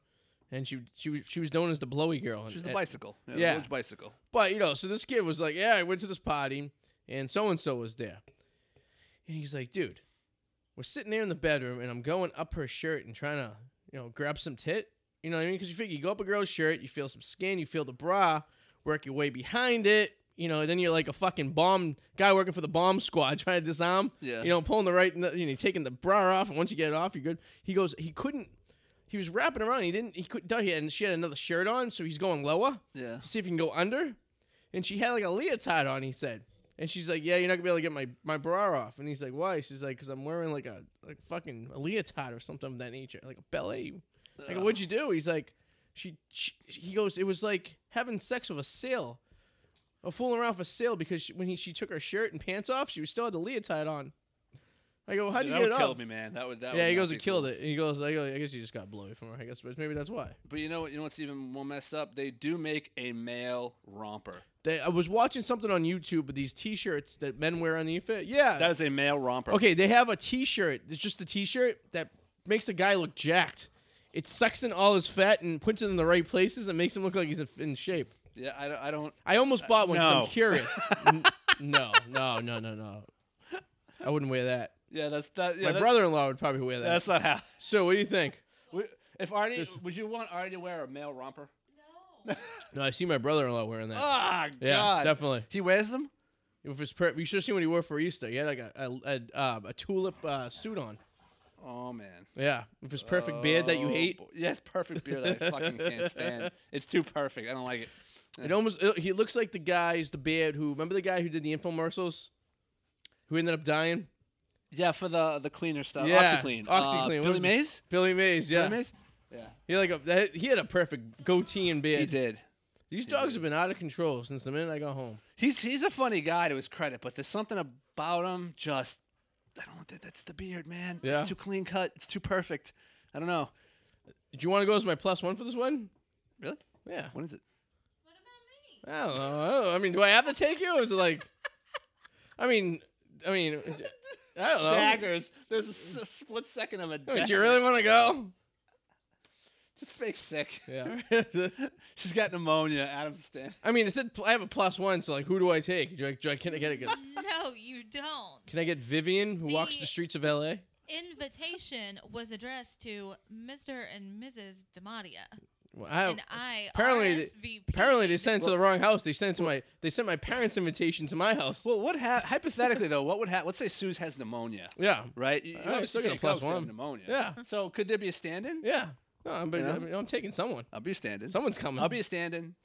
A: and she she was- she was known as the blowy girl.
B: she's
A: and,
B: the bicycle. Yeah,
A: eh, yeah.
B: The village bicycle.
A: But you know, so this kid was like, "Yeah, I went to this party, and so and so was there." And he's like, "Dude, we're sitting there in the bedroom, and I'm going up her shirt and trying to, you know, grab some tit. You know what I mean? Because you figure you go up a girl's shirt, you feel some skin, you feel the bra, work your way behind it. You know, then you're like a fucking bomb guy working for the bomb squad trying to disarm.
B: Yeah.
A: You know, pulling the right, you know, you're taking the bra off, and once you get it off, you're good. He goes, he couldn't. He was wrapping around. He didn't. He couldn't. He had, and she had another shirt on, so he's going lower
B: Yeah.
A: to see if you can go under. And she had like a leotard on, he said. And she's like, Yeah, you're not gonna be able to get my, my bra off. And he's like, Why? She's like, Because I'm wearing like a like fucking a leotard or something of that nature, like a ballet.
B: uh,
A: Like, Uh, what'd you do? He's like, she, she, he goes, It was like having sex with a sail, or fooling around with a sail because she, when he, she took her shirt and pants off, she still had the leotard on. I go, How'd
B: Yeah,
A: you
B: that
A: get
B: would
A: it
B: kill
A: off?
B: me, man. That would that.
A: Yeah,
B: would
A: he
B: not
A: goes,
B: be
A: It killed
B: cool.
A: it. And he goes, I, go, I guess you just got blowy from her. I guess, but maybe that's why.
B: But you know what? You know what's even more messed up? They do make a male romper.
A: They, I was watching something on YouTube with these T-shirts that men wear on the fit. Yeah.
B: That is a male romper.
A: Uh, okay, they have a T-shirt. It's just a T-shirt that makes a guy look jacked. It sucks in all his fat and puts it in the right places and makes him look like he's in- in shape.
B: Yeah, I don't. I don't
A: I almost bought one. 'cause I'm
B: no.
A: curious. N- no, no, no, no, no. I wouldn't wear that.
B: yeah, that's that. Yeah,
A: My
B: that-
A: brother-in-law would probably wear that.
B: That's not how.
A: so, what do you think?
B: We- If Artie,
A: This-
B: would you want Artie to wear a male romper?
C: No.
A: No, I see my brother-in-law wearing that.
B: Ah,
A: yeah,
B: God.
A: definitely.
B: He wears them.
A: If it's per- you should have seen what he wore for Easter. He had like a a, a, uh, a tulip uh, suit on.
B: Oh man.
A: Yeah, with his perfect beard that you
B: Oh,
A: hate.
B: boy. Yes, perfect beer that I fucking can't stand. It's too perfect. I don't like it.
A: It almost it, he looks like the guys the beard who remember the guy who did the infomercials, who ended up dying.
B: Yeah, for the the cleaner stuff.
A: Yeah,
B: OxyClean.
A: OxiClean.
B: Uh,
A: What
B: Billy
A: was
B: Mays.
A: Billy Mays, yeah,
B: Billy Mays. Yeah,
A: he like a, that- he had a perfect goatee and beard.
B: he did.
A: These dogs have been out of control since the minute I got home.
B: He's he's a funny guy to his credit, but there's something about him just I don't want that. That's the beard, man.
A: Yeah.
B: It's too clean cut. It's too perfect. I don't know.
A: Do you want to go as my plus one for this one?
B: Really?
A: Yeah,
B: What is it?
C: what about
A: I don't
C: me?
A: know. I, don't know. I mean, do I have to take you? Or is it like, I mean, I mean, I
B: Oh.
A: don't know.
B: daggers. There's a s- split second of a
A: I mean,
B: dagger.
A: do you really want to go?
B: Just fake sick.
A: Yeah.
B: She's got pneumonia. Adam's standing.
A: I mean, it said pl- I have a plus one, so like, who do I take? Do I, do I can I get a,
C: no, you don't.
A: can I get Vivian who walks
C: The-
A: the streets of L.A.?
C: Invitation was addressed to Mr. and Mrs. Dematia,
A: Well, I,
C: and I
A: Oh, apparently they-
C: RSVP.
A: apparently they sent it to the wrong house. They sent it to my they sent my parents' invitation to my house.
B: Well, what ha- hypothetically though? What would happen? Let's say Suze has pneumonia,
A: yeah,
B: right? You,
A: Oh,
B: you know
A: you're still
B: she
A: gonna
B: can't go
A: plus
B: if she has
A: one.
B: Pneumonia.
A: yeah,
B: So could there be a stand-in?
A: yeah. No, I'm, but,
B: You know?
A: I mean, I'm taking someone.
B: I'll be a stand-in.
A: Someone's coming.
B: I'll be a stand-in.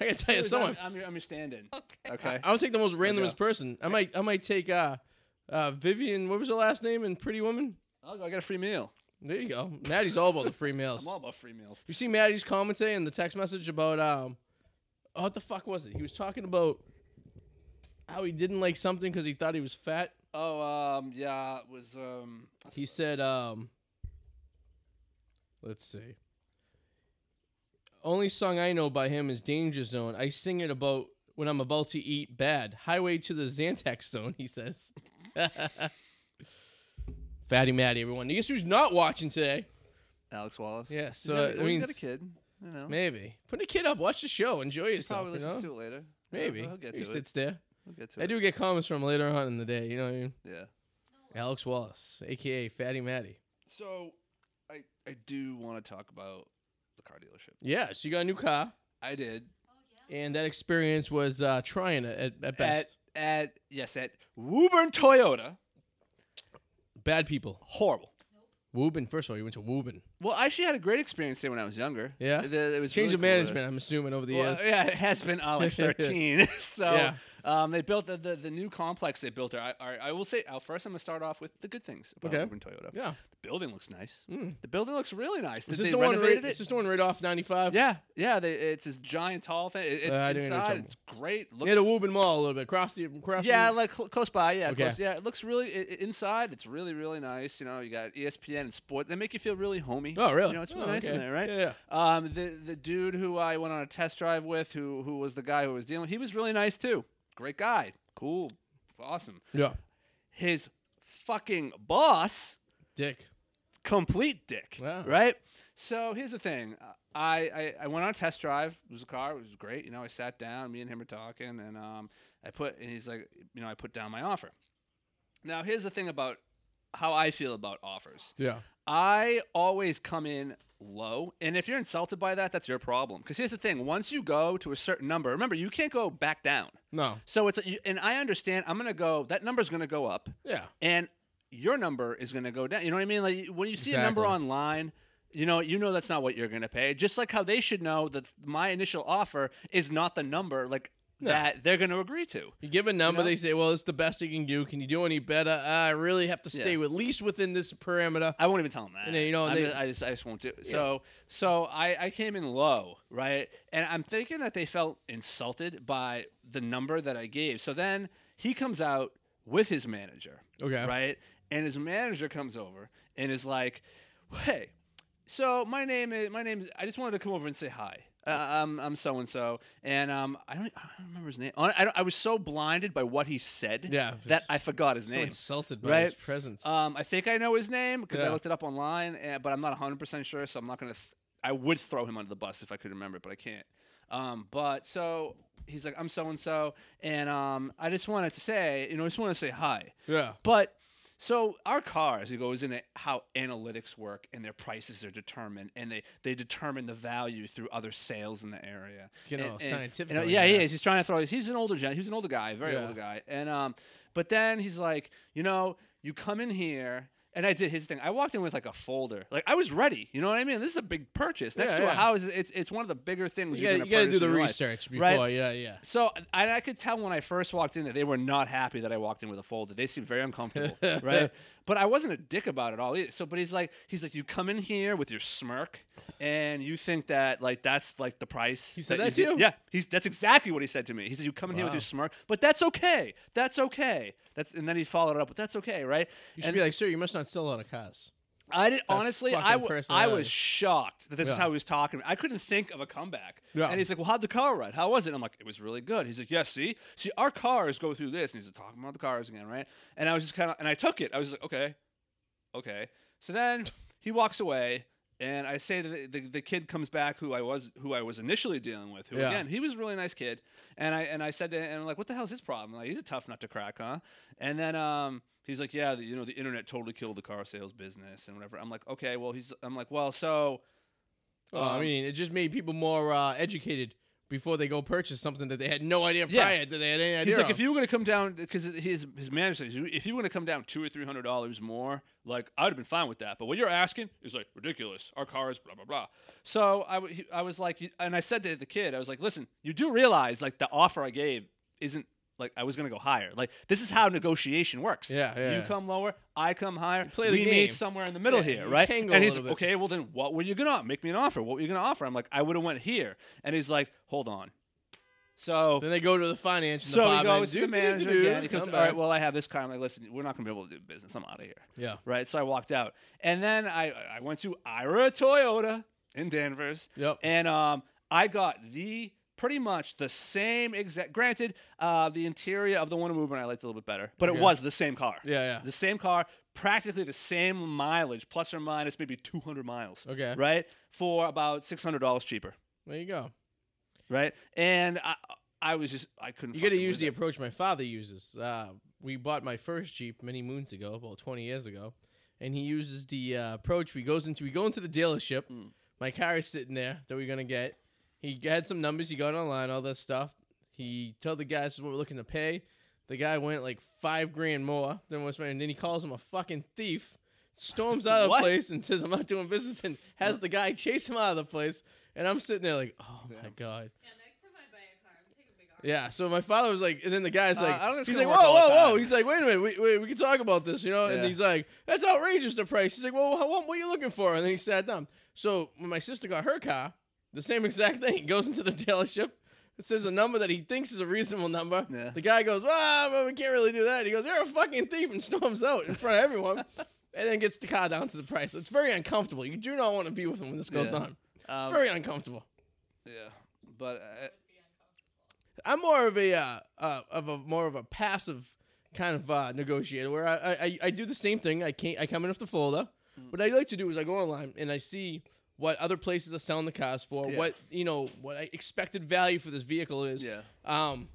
A: I gotta tell you,
B: Suze,
A: someone.
B: I'm, I'm your, I'm your stand-in.
C: Okay.
B: Okay.
A: I, will take the most
B: you go.
A: randomest person. I might I might take uh, uh, Vivian. What was her last name? And Pretty Woman.
B: I'll go. I got a free meal.
A: There you go. Maddie's all about the free meals.
B: I'm all about free meals.
A: You see Maddie's commentary in the text message about um, oh, what the fuck was it? He was talking about how he didn't like something because he thought he was fat.
B: Oh, um, yeah, it was um,
A: He said, um, let's see. Only song I know by him is Danger Zone. I sing it about when I'm about to eat bad. Highway to the Xantax Zone, he says. Fatty Matty, everyone. Guess who's not watching today?
B: Alex Wallace.
A: Yeah,
B: He's
A: so
B: got,
A: it
B: well, he's got a
A: means-
B: kid. You know,
A: Maybe. Put the kid up. Watch the show. Enjoy yourself.
B: probably
A: you
B: listens
A: know?
B: to it later. Yeah,
A: Maybe.
B: he'll get
A: he
B: to it.
A: sits there.
B: We'll get to
A: I
B: it.
A: do get comments from later on in the day. You know what I mean?
B: Yeah.
A: Alex Wallace, a.k.a. Fatty Matty.
B: So, I I do want to talk about the car dealership.
A: Yeah, she got a new car.
B: I did
A: And that experience was uh, trying at, at best.
B: at at yes at Woburn Toyota.
A: Bad people.
B: Horrible.
A: Woburn. First of all, you went to Woburn.
B: Well, I actually had a great experience there when I was younger.
A: Yeah?
B: The- it was
A: Change
B: really
A: of
B: cool there.
A: management, I'm assuming, over the
B: Well,
A: years.
B: yeah, it has been on like 13. so
A: Yeah.
B: um, they built the, the, the new complex they built there. I, I, I will say, uh, first I'm going to start off with the good things about
A: Okay.
B: Woburn Toyota.
A: Yeah.
B: The building looks nice.
A: Mm.
B: The building looks really nice.
A: Is
B: they
A: this
B: they
A: the one right,
B: renovated
A: is
B: it.
A: this the one right off 95?
B: yeah, yeah. They, it's this giant tall thing. It, it's
A: Uh, I didn't get in
B: inside.
A: trouble.
B: It's great. Looks
A: Near the Woburn Mall a little bit. Across the... Across
B: yeah,
A: the,
B: like cl- close by. Yeah,
A: Okay.
B: close, yeah. It looks really i- i- inside. It's really, really nice. You know, you got E ESPN and sport. They make you feel really homey.
A: Oh, really?
B: You know, it's really
A: Oh,
B: nice in
A: okay.
B: there, right?
A: Yeah, yeah.
B: Um, the the dude who I went on a test drive with, who who was the guy who was dealing, he was really nice too. Great guy, cool, awesome.
A: yeah.
B: His fucking boss
A: Dick.
B: complete dick.
A: Wow.
B: Right? So here's the thing. I, I, I went on a test drive. It was a car. It was great. You know, I sat down. Me and him were talking, and um, I put and he's like, you know, I put down my offer. Now here's the thing about how I feel about offers.
A: Yeah.
B: I always come in low, and if you're insulted by that, that's your problem. Because here's the thing: once you go to a certain number, remember you can't go back down.
A: No.
B: So it's you- and I understand. I'm gonna go. That number's gonna go up
A: Yeah.
B: and your number is going to go down. You know what I mean? Like when you see a number
A: Exactly.
B: online, you know, you know that's not what you're going to pay. Just like how they should know that my initial offer is not the number like that they're going to agree to.
A: You give a number,
B: know?
A: they say, well, it's the best you can do. Can you do any better? I really have to stay
B: Yeah.
A: at least within this parameter.
B: I won't even tell them that.
A: And then, you know,
B: I'm
A: they-
B: just- I just I just won't do. It. So so I I came in low, right? And I'm thinking that they felt insulted by the number that I gave. So then he comes out with his manager.
A: Okay.
B: Right? And his manager comes over and is like, "Hey, so my name is my name is I just wanted to come over and say hi. Uh, I'm I'm so and so, and um I don't I don't remember his name. I, I, don't- I was so blinded by what he said
A: Yeah, if
B: that
A: it's-
B: I forgot his
A: So
B: name.
A: insulted by his
B: right?
A: presence.
B: Um, I think I know his name because I
A: Yeah.
B: looked it up online, and, but I'm not 100% sure, so I'm not going to. Th- I would throw him under the bus if I could remember, but I can't. Um, but so he's like, I'm so and so, and um, I just wanted to say, you know, I just want to say hi.
A: yeah.
B: But so our cars, it goes into how analytics work and their prices are determined, and they they determine the value through other sales in the area. It's
A: getting all scientific on
B: yeah,
A: you
B: he
A: now.
B: is. He's trying to throw. He's an older gen. He's an older guy, very
A: Yeah.
B: older guy. And um, but then he's like, you know, you come in here. And I did his thing. I walked in with like a folder. Like I was ready. You know what I mean? This is a big purchase. Next
A: Yeah,
B: to a
A: yeah.
B: house, it's it's one of the bigger things
A: You
B: you're
A: gotta,
B: gonna
A: you gotta do
B: purchase
A: the
B: in your life,
A: research
B: right?
A: before. Yeah, yeah.
B: So I, I could tell when I first walked in that they were not happy that I walked in with a folder. They seemed very uncomfortable, right? But I wasn't a dick about it all. Either. So, but he's like, he's like, you come in here with your smirk, and you think that like that's like the price. He
A: said that to
B: you?
A: you?
B: Yeah, he's that's exactly what he said to me. He said, you come in here with
A: Wow.
B: your smirk, but that's okay. That's okay. That's and then he followed it up, but that's okay, right?
A: You should
B: and
A: be like, sir, you must not sell a lot of cars.
B: I did
A: That
B: honestly.
A: fucking
B: I, w- I
A: personality.
B: was shocked that this is
A: Yeah.
B: how he was talking. I couldn't think of a comeback.
A: Yeah.
B: And he's like, "Well, how'd the car ride? How was it?" I'm like, "It was really good." He's like, "Yes, see, see, our cars go through this." And he's talking about the cars again, right? And I was just kind of, and I took it. I was like, "Okay, okay." So then he walks away, and I say to the, the, the kid comes back who I was who I was initially dealing with. Who
A: Yeah.
B: again, he was a really nice kid, and I and I said to him, and I'm like, "What the hell's his problem? Like, he's a tough nut to crack, huh?" And then um, he's like, "Yeah, the, you know, the internet totally killed the car sales business and whatever." I'm like, "Okay, well, he's." I'm like, "Well, so."
A: Well, I
B: um,
A: mean, it just made people more uh, educated before they go purchase something that they had no idea
B: Yeah.
A: prior that they had any idea.
B: He's like,
A: of.
B: if you were gonna come down, because his his manager says, if you were gonna come down two or three hundred dollars more, like I would have been fine with that. But what you're asking is like ridiculous. Our car is blah blah blah. So I w- he- I was like, and I said to the kid, I was like, listen, you do realize like the offer I gave isn't like I was gonna go higher. Like this is how negotiation works.
A: Yeah, yeah,
B: You
A: yeah.
B: come lower, I come higher.
A: play the
B: we
A: game.
B: meet somewhere in the middle
A: Yeah,
B: here,
A: you
B: right?
A: tangle
B: And
A: a
B: he's
A: little
B: like,
A: bit.
B: okay, well then, what were you gonna make me an offer? What were you gonna offer? I'm like, I would have went here, and he's like, hold on. So
A: then they go to the finance. and
B: so he
A: department,
B: goes to the
A: "Do, do, do,
B: manager
A: do,
B: again. He
A: come
B: goes, all right,
A: back."
B: well, I have this car. I'm like, listen, we're not going to be able to do business. I'm out of here.
A: yeah,
B: Right. So I walked out. And then I, I went to Ira Toyota in Danvers.
A: Yep.
B: And um, I got the pretty much the same exact. Granted, uh, the interior of the Wonder Movement I liked a little bit better, but
A: Okay.
B: it was the same car.
A: yeah, yeah.
B: The same car, practically the same mileage, plus or minus maybe 200 miles.
A: Okay.
B: Right. For about $600 cheaper.
A: There you go.
B: Right. And I, I was just, I couldn't.
A: You got to
B: fucking
A: use
B: with
A: the
B: it.
A: approach my father uses. Uh, we bought my first Jeep many moons ago, about 20 years ago, and he uses the uh, approach. We goes into we go into the dealership.
B: Mm.
A: My car is sitting there that we're gonna get. He had some numbers. He got online, all this stuff. He told the guy this is what we're looking to pay. The guy went like five grand more than what's and then he calls him a fucking thief. Storms out of the
B: What?
A: place and says, "I'm not doing business," and has the guy chase him out of the place. And I'm sitting there like, "Oh my god."
C: Yeah, next time I buy a car, I'm taking a big R.
A: Yeah, so my father was like, and then the guy's
B: Uh,
A: like,
B: I don't think it's
A: he's like,
B: gonna
A: whoa,
B: work all the
A: whoa, whoa.
B: time.
A: He's like, wait a minute, we, wait, we can talk about this, you know? And
B: Yeah.
A: he's like, that's outrageous, the price. He's like, well, how, what, what are you looking for? And then he sat down. So when my sister got her car, the same exact thing. He goes into the dealership. It says a number that he thinks is a reasonable number.
B: Yeah.
A: The guy goes, well, but we can't really do that. He goes, you're a fucking thief, and storms out in front of everyone. And then gets the car down to the price. It's very uncomfortable. You do not want to be with him when this goes
B: Yeah.
A: on.
B: Um,
A: very uncomfortable.
B: Yeah, but uh,
A: I'm more of a uh, uh, of a more of a passive kind of uh, negotiator where I, I- I I do the same thing. I can't I come in off the folder.
B: Mm.
A: What I like to do is I go online and I see what other places are selling the cars for,
B: Yeah.
A: what you know, what I expected value for this vehicle is.
B: yeah,
A: Um,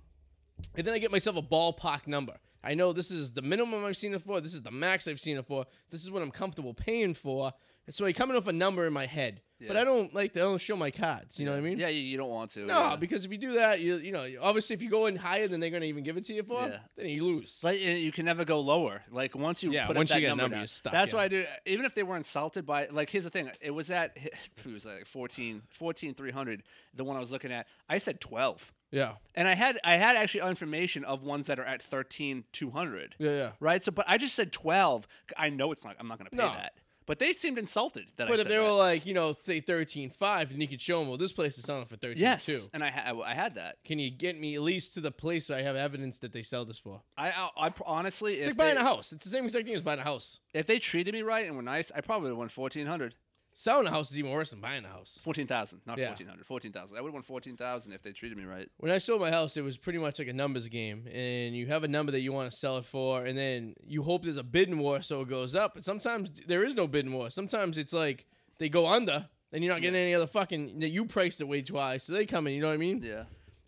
A: and then I get myself a ballpark number. I know this is the minimum I've seen it for. This is the max I've seen it for. This is what I'm comfortable paying for. And so I come in off a number in my head, but
B: Yeah.
A: I don't like to I don't show my cards. You know what I mean?
B: yeah, you, you don't want to.
A: No,
B: yeah.
A: because if you do that, you you know, obviously if you go in higher than they're going to even give it to you for,
B: Yeah.
A: then you lose.
B: Like, and you can never go lower. Like once you
A: Yeah,
B: put
A: once
B: up
A: you
B: that
A: get a
B: number,
A: number,
B: down-
A: you're stuck,
B: that's
A: yeah.
B: why I do. Even if they were insulted by, like, here's the thing. It was at it was like 14, 14 300, The one I was looking at, I said twelve,
A: yeah.
B: and I had I had actually information of ones that are at thirteen two hundred.
A: Yeah, yeah.
B: Right. So, but I just said twelve. I know it's not. I'm not going to pay
A: No.
B: that. But they seemed insulted that I
A: But
B: said
A: if they
B: that.
A: were like, you know, say 13.5, then you could show them, well, this place is selling for 13.2.
B: yes, and I ha- I had that.
A: Can you get me at least to the place I have evidence that they sell this for?
B: I I, I pr- honestly,
A: It's
B: if
A: like buying
B: they-
A: a house. It's the same exact thing as buying a house.
B: if they treated me right and were nice, I probably would have won 1400
A: Selling a house is even worse than buying a house.
B: 14,000, not
A: Yeah.
B: 1400 14,000. I would have won 14,000 if they treated me right.
A: When I sold my house, it was pretty much like a numbers game, and you have a number that you want to sell it for, and then you hope there's a bidding war so it goes up. But sometimes there is no bidding war. Sometimes it's like they go under, and you're not getting any other fucking that you priced it way too high, so they come in. You know what I mean?
B: Yeah.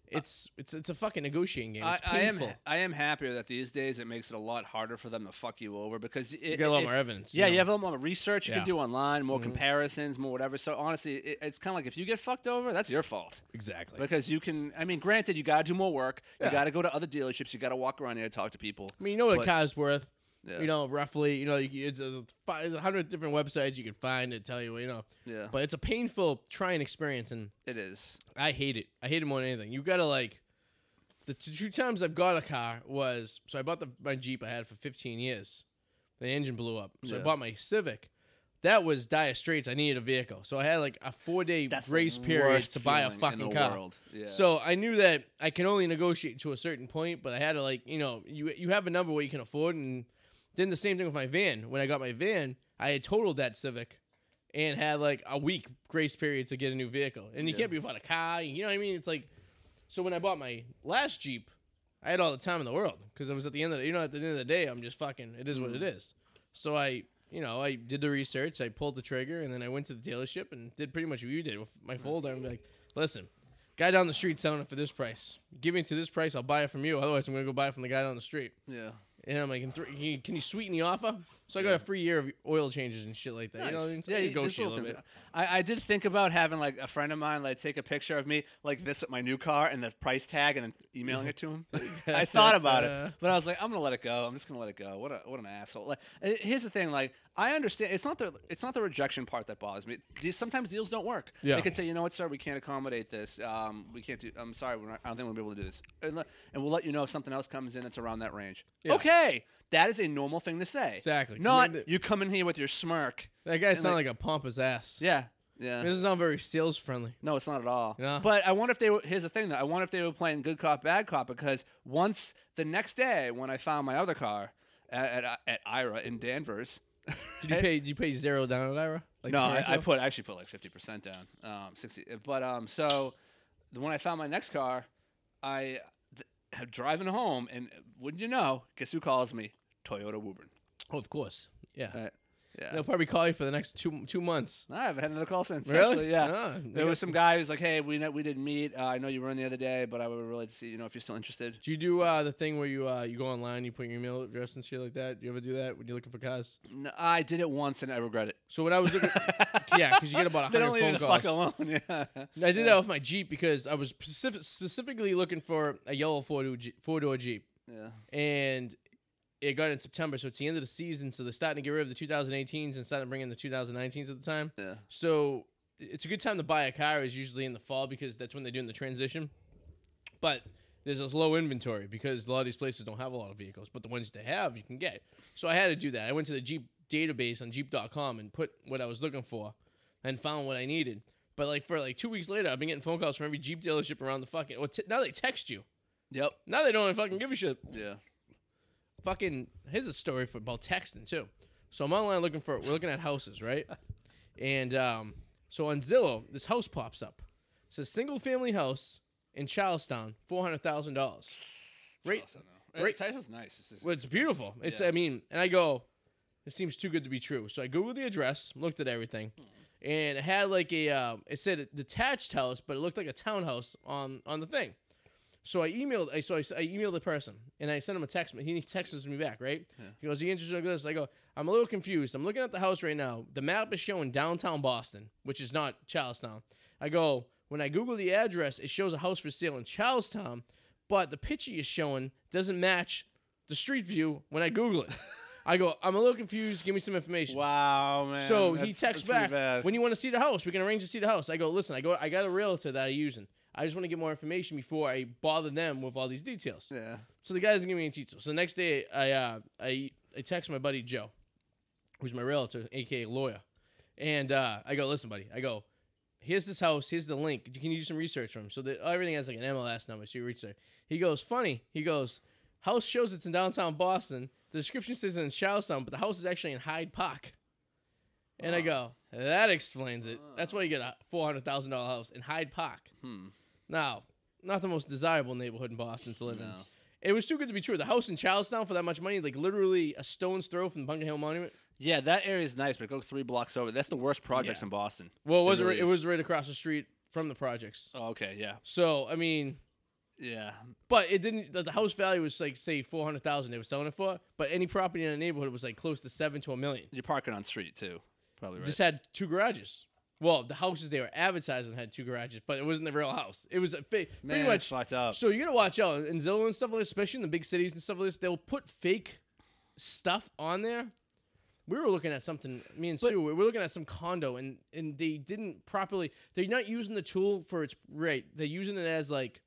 A: It's it's it's a fucking negotiating game.
B: I,
A: It's
B: I am
A: painful.
B: I am happier that these days it makes it a lot harder for them to fuck you over because it,
A: you got a lot
B: if-
A: more evidence.
B: Yeah,
A: you
B: you
A: know?
B: have a lot more research you
A: Yeah. Mm-hmm.
B: can do online, more comparisons, more whatever. So honestly, it, it's kind of like if you get fucked over, that's your fault.
A: exactly.
B: Because you can, I mean, granted, you got to do more work.
A: Yeah.
B: You got to go to other dealerships. You got to walk around here and talk to people.
A: I mean, you know what a
B: But-
A: car's worth.
B: Yeah.
A: You know roughly. You know, you, it's a, fi- there's a hundred different websites you can find that tell you. You know,
B: Yeah,
A: but it's a painful trying experience, and
B: it is.
A: I hate it. I hate it more than anything. You gotta like the t- two times I've got a car was so I bought the my Jeep I had for 15 years. The engine blew up, so I
B: Yeah.
A: bought my Civic. That was dire straits. I needed a vehicle, so I had like a four day
B: That's the
A: grace period
B: worst
A: to buy a
B: feeling in
A: fucking
B: the
A: car.
B: world. Yeah.
A: So I knew that I can only negotiate to a certain point, but I had to like you know you you have a number what you can afford, and Then the same thing with my van. When I got my van, I had totaled that Civic and had like a week grace period to get a new vehicle. And you
B: Yeah.
A: can't be without a car. You know what I mean? It's like, so when I bought my last Jeep, I had all the time in the world because I was at the end of the, you know, at the end of the day, I'm just fucking, it is what it
B: Mm.
A: is. So I, you know, I did the research, I pulled the trigger, and then I went to the dealership and did pretty much what you did with
B: Mm.
A: my folder. I'm like, listen, guy down the street selling it for this price. Give it to this price, I'll buy it from you. Otherwise, I'm gonna go buy it from the guy down the street.
B: Yeah.
A: And I'm like, "Can thr- can you- can you sweeten the offer? So I got a free year of oil changes and shit like that. You know what I mean? So
B: yeah,
A: I
B: you- there's
A: negotiate a
B: little
A: little
B: things.
A: bit.
B: I, I did think about having like a friend of mine like take a picture of me like this at my new car and the price tag and then emailing it to him. I thought about it, but I was like, I'm gonna let it go. I'm just gonna let it go. What a what an asshole. Like, uh, here's the thing. Like, I understand it's not the it's not the rejection part that bothers me. De- Sometimes deals don't work.
A: Yeah.
B: They could say, you know what, sir, we can't accommodate this. Um, we can't do. I'm sorry, we're not, I don't think we'll be able to do this. And, le- and we'll let you know if something else comes in that's around that range.
A: Yeah.
B: Okay. That is a normal thing to say.
A: Exactly.
B: Not
A: Command it.
B: you come in here with your smirk.
A: That guy
B: And,
A: sounded
B: like-
A: like a pompous ass.
B: Yeah. Yeah.
A: This is not very sales friendly.
B: No, it's not at all.
A: No.
B: But I wonder if they were. Here's the thing, though. I wonder if they were playing good cop, bad cop, because once the next day when I found my other car at at, at Ira in Danvers,
A: Did you pay? Did you pay zero down at Ira? Like
B: no, I,
A: Tarantula?
B: I put I actually put like fifty percent down, um, sixty. But um, so the- when I found my next car, I th- driving home, and wouldn't you know, guess who calls me? Toyota Woburn.
A: Oh, of course. Yeah.
B: Uh, yeah.
A: They'll probably call you for the next two two months.
B: I haven't had another call since.
A: Really?
B: Actually, yeah.
A: No, they
B: there
A: got-
B: was some guy who's like, "Hey, we ne- we didn't meet. Uh, I know you were in the other day, but I would really like to see you know if you're still interested."
A: Do you do uh, the thing where you uh, you go online, you put your email address and shit like that? Do you ever do that when you're looking for cars?
B: No, I did it once and I regret it.
A: So when I was looking, yeah, because you get about
B: They
A: hundred
B: don't leave
A: phone
B: you the
A: calls.
B: fuck alone. Yeah.
A: I did that with my Jeep because I was specific, specifically looking for a yellow four door four door Jeep,
B: Yeah.
A: and it got in September, so it's the end of the season. So they're starting to get rid of the 2018s and starting to bring in the 2019s at the time.
B: Yeah.
A: So it's a good time to buy a car is usually in the fall because that's when they're doing the transition. But there's this low inventory because a lot of these places don't have a lot of vehicles, but the ones they have you can get. So I had to do that. I went to the Jeep database on Jeep.com and put what I was looking for, and found what I needed. But like for like two weeks later, I've been getting phone calls from every Jeep dealership around the fucking. Well, t- now they text you.
B: Yep.
A: Now they don't fucking give a shit
B: Yeah.
A: fucking here's a story for about texting too. So I'm online looking for we're looking at houses, right? And um, so on Zillow, this house pops up. It's a single family house in Charlestown, four hundred thousand dollars. Right,
B: Right. Title's nice. It's just-
A: well, it's beautiful. It's
B: Yeah.
A: I mean, and I go, it seems too good to be true. So I googled the address, looked at everything, and it had like a um, it said a detached house, but it looked like a townhouse on on the thing. So I emailed I so I, s- I emailed the person and I sent him a text. He texts me back, right? He goes, "Are you interested in this?" I go, "I'm a little confused. I'm looking at the house right now. The map is showing downtown Boston, which is not Charlestown." I go, "When I Google the address, it shows a house for sale in Charlestown, but the picture you're showing doesn't match the street view when I Google it." I go, "I'm a little confused. Give me some information."
B: wow, man.
A: So he
B: that's- that's
A: texts
B: pretty
A: back,
B: bad.
A: "When you want to see the house, we can arrange to see the house." I go, "Listen, I go, I got a realtor that I use, and I just want to get more information before I bother them with all these details."
B: yeah.
A: So the guy doesn't give me any details. So the next day, I uh, I I text my buddy Joe, who's my realtor, aka lawyer, and uh, I go, "Listen, buddy, I go, here's this house, here's the link. Can you do some research for him?" So the, everything has like an MLS number, so you reach there. He goes, "Funny," he goes, "House shows it's in downtown Boston. The description says it's in Charlestown, but the house is actually in Hyde Park." And I go, "That explains it. That's why you get a four hundred thousand dollar house in Hyde Park."
B: Hmm.
A: Now, not the most desirable neighborhood in Boston to live in.
B: No.
A: It was too good to be true. The house in Charlestown for that much money, like literally a stone's throw from the Bunker Hill Monument.
B: Yeah, that area is nice, but go three blocks over. That's the worst projects
A: Yeah.
B: in Boston.
A: Well, it was
B: really
A: right, it
B: is.
A: was right across the street from the projects.
B: Oh, okay. Yeah.
A: So I mean,
B: Yeah.
A: but it didn't. The, the house value was like say four hundred thousand. They were selling it for, but any property in the neighborhood was like close to seven to a million.
B: You're parking on street too. Probably right.
A: Just had two garages. Well, the houses they were advertising had two garages, but it wasn't the real house. It was a fake.
B: Man,
A: Pretty
B: that's
A: much.
B: fucked up.
A: Uh, So you gotta watch out in Zillow and stuff like this, especially in the big cities and stuff like this. They'll put fake stuff on there. We were looking at something. Me and Sue, we were looking at some condo, and and they didn't properly. They're not using the tool for its right. They're using it as like.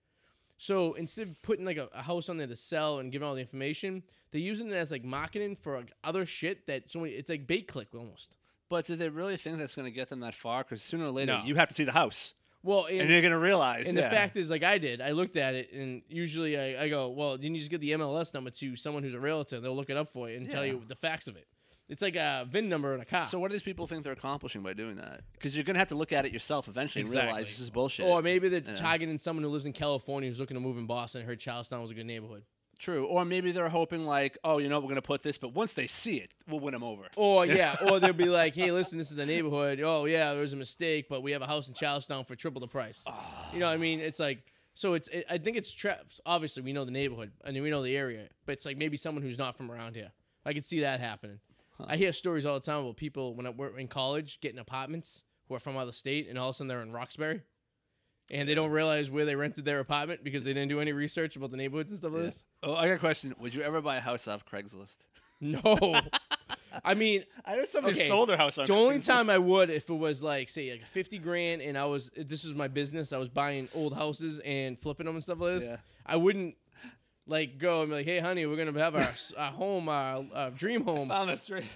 A: So instead of putting like a, a house on there to sell and giving all the information, they're using it as like marketing for like other shit that somebody. It's like bait click almost.
B: But do they really think that's going to get them that far? Because sooner or later
A: No.
B: you have to see the house.
A: Well, and,
B: and you're gonna realize.
A: and
B: yeah.
A: the fact is, like I did, I looked at it, and usually I, I go, well, then you just get the MLS number to someone who's a realtor, and they'll look it up for you and tell
B: Yeah.
A: you the facts of it. It's like a VIN number on a car.
B: So what do these people think they're accomplishing by doing that? Because you're gonna have to look at it yourself eventually and
A: Exactly.
B: realize this is bullshit.
A: or maybe they're
B: Yeah.
A: targeting someone who lives in California who's looking to move in Boston and heard Charlestown was a good neighborhood.
B: True. Or maybe they're hoping like, oh, you know, we're gonna put this, but once they see it, we'll win them over.
A: Or yeah, or they'll be like, "Hey, listen, this is the neighborhood. Oh yeah, there was a mistake, but we have a house in Charlestown for triple the price." You know, what I mean, it's like so. It's it, I think it's tra- obviously we know the neighborhood I mean, we know the area, but it's like maybe someone who's not from around here. I could see that happening. I hear stories all the time about people when I were in college getting apartments who are from out of state, and all of a sudden they're in Roxbury, and they don't realize where they rented their apartment because they didn't do any research about the neighborhoods and stuff like
B: Yeah.
A: this.
B: Oh, I got a question. Would you ever buy a house off Craigslist?
A: No, I mean
B: I know somebody
A: Okay.
B: sold their house on.
A: The only
B: Craigslist.
A: time I would if it was like say like fifty grand and I was this was my business I was buying old houses and flipping them and stuff like this
B: Yeah.
A: I wouldn't like go and be like hey honey we're gonna have our, our home our, our dream home
B: found the street.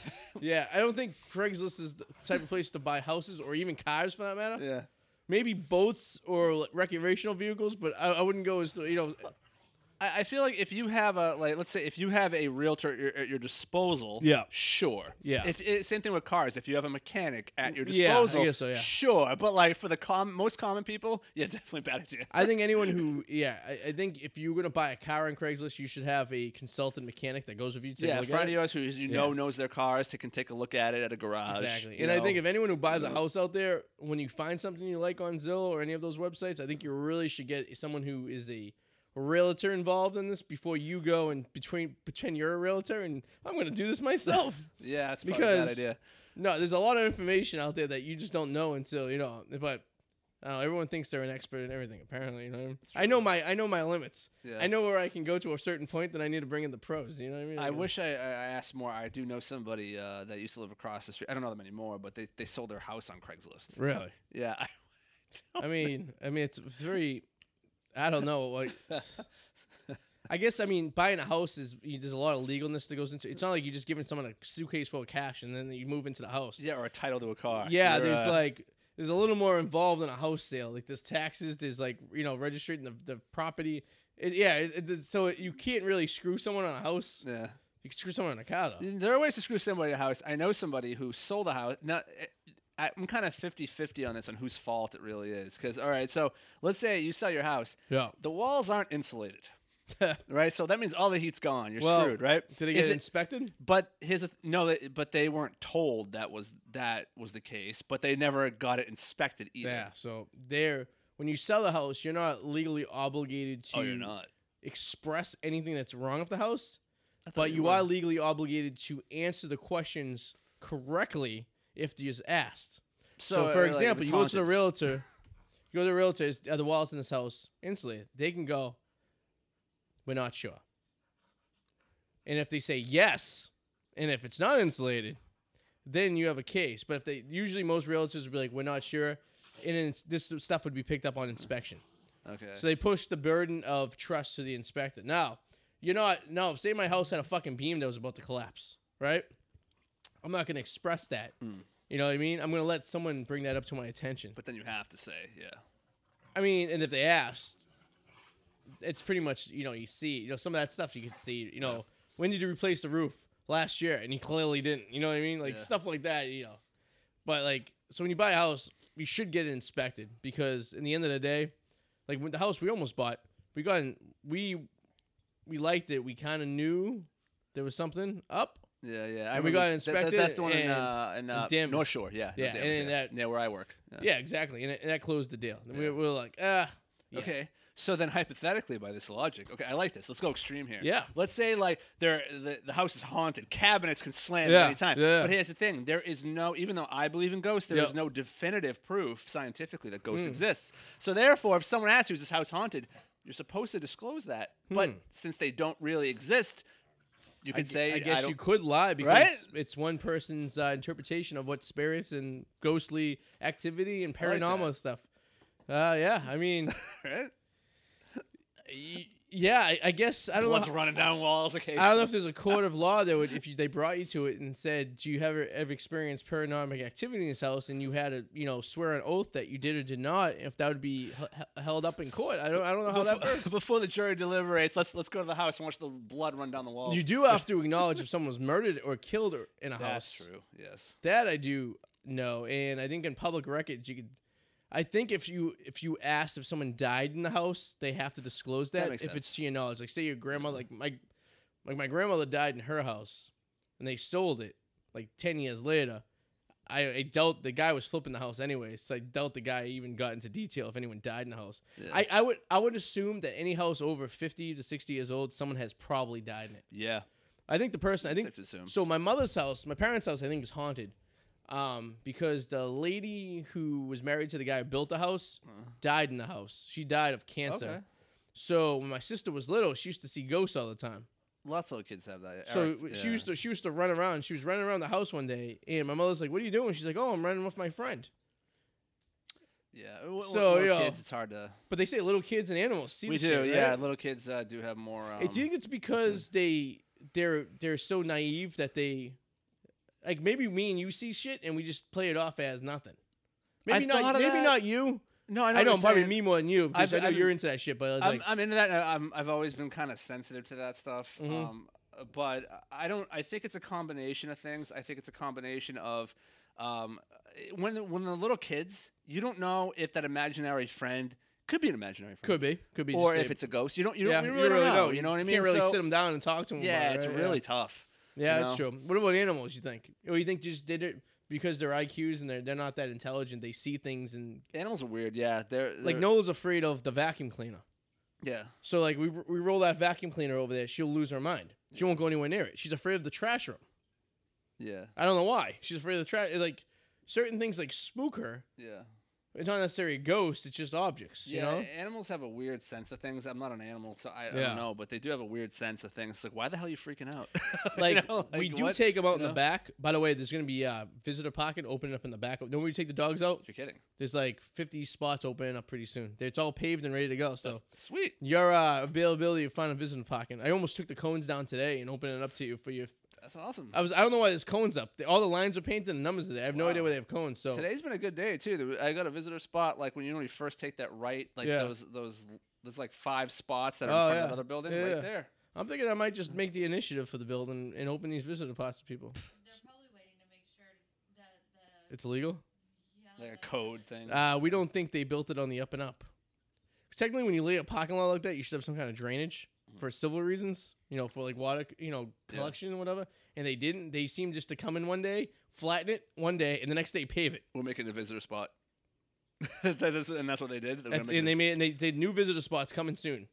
A: yeah I don't think Craigslist is the type of place to buy houses or even cars for that matter
B: yeah.
A: maybe boats or like, recreational vehicles but I, I wouldn't go as you know
B: I, I feel like if you have a like, let's say if you have a realtor at your, at your disposal,
A: Yeah.
B: sure,
A: Yeah.
B: If it, same thing with cars, if you have a mechanic at your
A: Yeah, I
B: disposal,
A: guess so, yeah.
B: sure. But like for the com- most common people, yeah, definitely bad idea.
A: I think anyone who yeah I, I think if you're gonna buy a car on Craigslist you should have a consultant mechanic that goes with you to take a
B: yeah,
A: look
B: friend
A: at
B: of
A: it.
B: yours who you know knows their cars, they can take a look at it at a garage.
A: Exactly.
B: you
A: Uh, And I think
B: know.
A: if anyone who buys a house out there, when you find something you like on Zillow or any of those websites, I think you really should get someone who is a realtor involved in this before you go and between pretend you're a realtor and I'm going to do this myself.
B: yeah, that's probably a bad
A: because-
B: idea.
A: no, there's a lot of information out there that you just don't know until you know. But uh, everyone thinks they're an expert in everything. Apparently, you know. what I mean? I know my I know my limits.
B: Yeah.
A: I know where I can go to a certain point. Then I need to bring in the pros. You know what I mean?
B: I wish I, I I asked more. I do know somebody uh, that used to live across the street. I don't know them anymore, but they, they sold their house on Craigslist.
A: Really.
B: Yeah, I,
A: I mean, I mean, it's very. I don't know. Like, it's- I guess I mean buying a house is you, there's a lot of legalness that goes into. it. It's not like you're just giving someone a suitcase full of cash and then you move into the house.
B: yeah, or a title to a car.
A: Yeah,
B: You're,
A: there's
B: uh,
A: like there's a little more involved in a house sale. Like there's taxes. There's like you know registering the the property. It, yeah, it, it, so you can't really screw someone on a house.
B: yeah.
A: You can screw someone on a car though.
B: There are ways to screw somebody in a house. I know somebody who sold a house. Now, eh, I- I'm kind of 50 50 on this on whose fault it really is. Because, all right, so let's say you sell your house,
A: Yeah.
B: the walls aren't insulated, right? So that means all the heat's gone. You're
A: Well,
B: screwed, right?
A: Did it
B: Is
A: get
B: it-
A: inspected?
B: but his th- no, they- but they weren't told that was that was the case. But they never got it inspected either.
A: Yeah. So there, when you sell a house, you're not legally obligated to.
B: Oh, you're not.
A: express anything that's wrong with the house,
B: I thought
A: but you are
B: were.
A: legally obligated to answer the questions correctly if it is asked. So,
B: uh,
A: for
B: like, if
A: example,
B: it's
A: you go to the
B: haunted.
A: realtor, you go to the realtor, is- are the walls in this house insulated? They can go, we're not sure. And if they say yes, and if it's not insulated, then you have a case. But if they usually most realtors would be like, we're not sure, and then it's- this stuff would be picked up on inspection.
B: Okay.
A: So they push the burden of trust to the inspector. Now, you're not. No, say my house had a fucking beam that was about to collapse, right? I'm not going to express that. You know what I mean? I'm going to let someone bring that up to my attention.
B: but then you have to say, yeah.
A: I mean, and if they asked, it's pretty much you know you see you know some of that stuff you could see. You know, when did you replace the roof last year? And you clearly didn't. You know what I mean? Like
B: Yeah.
A: stuff like that. You know, but like so when you buy a house, you should get it inspected because in the end of the day, like when the house we almost bought, we got in, we we liked it. We kind of knew there was something up.
B: Yeah, yeah. I
A: And we
B: remember-
A: got it
B: that- that-
A: inspected
B: that's the one in,
A: and-
B: uh, in, uh,
A: Danvers.
B: North Shore. Yeah,
A: Yeah,
B: Danvers,
A: and in
B: yeah.
A: that-
B: near where I work. Yeah.
A: Yeah, exactly. And, it, and that closed the deal. And we, we were like, ah, yeah.
B: Okay. So then, hypothetically, by this logic, okay, I like this. Let's go extreme here.
A: Yeah.
B: Let's say like there, the, the house is haunted. Cabinets can slam
A: Yeah,
B: at any time.
A: yeah.
B: But here's the thing: there is no, even though I believe in ghosts, there is
A: Yep. Hmm.
B: no definitive proof scientifically that ghosts exist. So therefore, if someone asks you, "Is this house haunted?" You're supposed to disclose that. But since they don't really exist, you could
A: gu-
B: say,
A: Hmm. I guess
B: don't-
A: you could lie because
B: Right?
A: it's one person's uh, interpretation of what spirits and ghostly activity and
B: like
A: paranormal stuff. Uh, yeah, I mean,
B: Right?
A: y- yeah, I, I guess I don't know.
B: Blood's running down walls. Okay.
A: I don't know if there's a court of law that would, if you, they brought you to it and said, "Do you have e, ever experienced paranormal activity in this house?" and you had to, you know, swear an oath that you did or did not, if that would be h- h- held up in court. I don't, I don't know how that
B: before,
A: works.
B: before the jury deliberates, let's let's go to the house and watch the blood run down the walls.
A: You do have to acknowledge if someone's murdered or killed or in a
B: That's
A: house.
B: true. Yes.
A: That I do know, and I think in public records you could. I think if you if you asked if someone died in the house, they have to disclose
B: That
A: that,
B: makes
A: if
B: sense.
A: it's to your knowledge. Like say your grandmother, like my like my grandmother died in her house, and they sold it like ten years later. I, I doubt the guy was flipping the house anyway, so I doubt the guy even got into detail if anyone died in the house. I, I would I would assume that any house over fifty to sixty years old, someone has probably died in it.
B: yeah.
A: I think the person I think
B: Safe to assume.
A: so my mother's house, my parents' house, I think is haunted, um, because the lady who was married to the guy who built the house died in the house. She died of cancer.
B: Okay.
A: So when my sister was little, she used to see ghosts all the time.
B: Lots of kids have that.
A: So
B: Eric-
A: w-
B: yeah.
A: she used to she used to run around. She was running around the house one day, and my mother's like, "What are you doing?" She's like, "Oh, I'm running with my friend."
B: Yeah. w- w-
A: So,
B: little
A: yo.
B: kids, it's hard to.
A: But they say little kids and animals see.
B: We
A: this
B: do.
A: shit,
B: Yeah.
A: right?
B: Little kids uh, do have more. Um,
A: I think it's because they they're they're so naive that they like maybe me and you see shit and we just play it off as nothing. Maybe
B: thought
A: not
B: of
A: maybe
B: that.
A: not you.
B: no, I know. what
A: I know
B: you're
A: probably
B: saying.
A: me more than you because i
B: I've-
A: know
B: I've-
A: you're into that shit. But it's
B: I'm,
A: like,
B: I'm into that. I- I'm, I've always been kind of sensitive to that stuff.
A: Mhm.
B: Um, but I don't. I think it's a combination of things. I think it's a combination of um, when the, when the little kids, you don't know if that imaginary friend could be an imaginary friend,
A: could be, could be.
B: or
A: just
B: if
A: a-
B: it's a ghost. You don't. You,
A: yeah,
B: don't, you really, don't know. You know what I mean?
A: Can't really
B: So-
A: sit them down and talk to them.
B: yeah,
A: about it,
B: it's
A: right?
B: really tough.
A: Yeah,
B: you
A: that's
B: know?
A: true. What about animals? You think? Or you think just did it because their IQs and they're they're not that intelligent? They see things and
B: Animals are weird. Yeah, they're,
A: like
B: they're-
A: Noel's afraid of the vacuum cleaner.
B: Yeah,
A: So like we we roll that vacuum cleaner over there, she'll lose her mind. She won't go anywhere near it. She's afraid of the trash room.
B: yeah,
A: I don't know why. She's afraid of the trash. Like certain things like spook her.
B: yeah.
A: It's not necessarily ghosts. It's just objects.
B: Yeah,
A: You know.
B: animals have a weird sense of things. I'm not an animal, so I, I
A: Yeah.
B: don't know, but they do have a weird sense of things. It's like, why the hell are you freaking out? You
A: like,
B: know,
A: we
B: like,
A: do
B: what?
A: take them out in
B: You
A: the
B: know?
A: back. By the way, there's gonna be a visitor pocket opening up in the back. Don't we take the dogs out?
B: You're kidding.
A: There's like 50 spots opening up pretty soon. It's all paved and ready to go. So
B: Sweet.
A: your uh, availability of find a visitor pocket. I almost took the cones down today and opened it up to you for your.
B: That's awesome.
A: I was I don't know why there's cones up. They- all the lines are painted and numbers are there. I have no
B: Wow.
A: idea where they have cones. So
B: Today's been a good day too. There- I got a visitor spot like when you only first take that right, like
A: Yeah.
B: those those there's like five spots that are
A: Oh,
B: in front of
A: yeah.
B: that other building
A: Yeah,
B: right
A: yeah.
B: there.
A: I'm thinking I might just make the initiative for the building and open these visitor pots to people.
C: They're probably waiting to make sure that the
A: It's illegal.
C: yeah,
B: Like a
C: the-
B: code thing.
A: Uh, we don't think they built it on the up and up. Technically, when you lay a parking lot like that, you should have some kind of drainage for civil reasons, you know, for like water, you know,
B: Yeah.
A: collection and whatever. And they didn't. They seemed just to come in one day, flatten it one day, and the next day pave it.
B: We're making a visitor spot. That's- and that's what they did. They were gonna
A: That's,
B: make
A: and
B: it-
A: they made and they, they new visitor spots coming soon.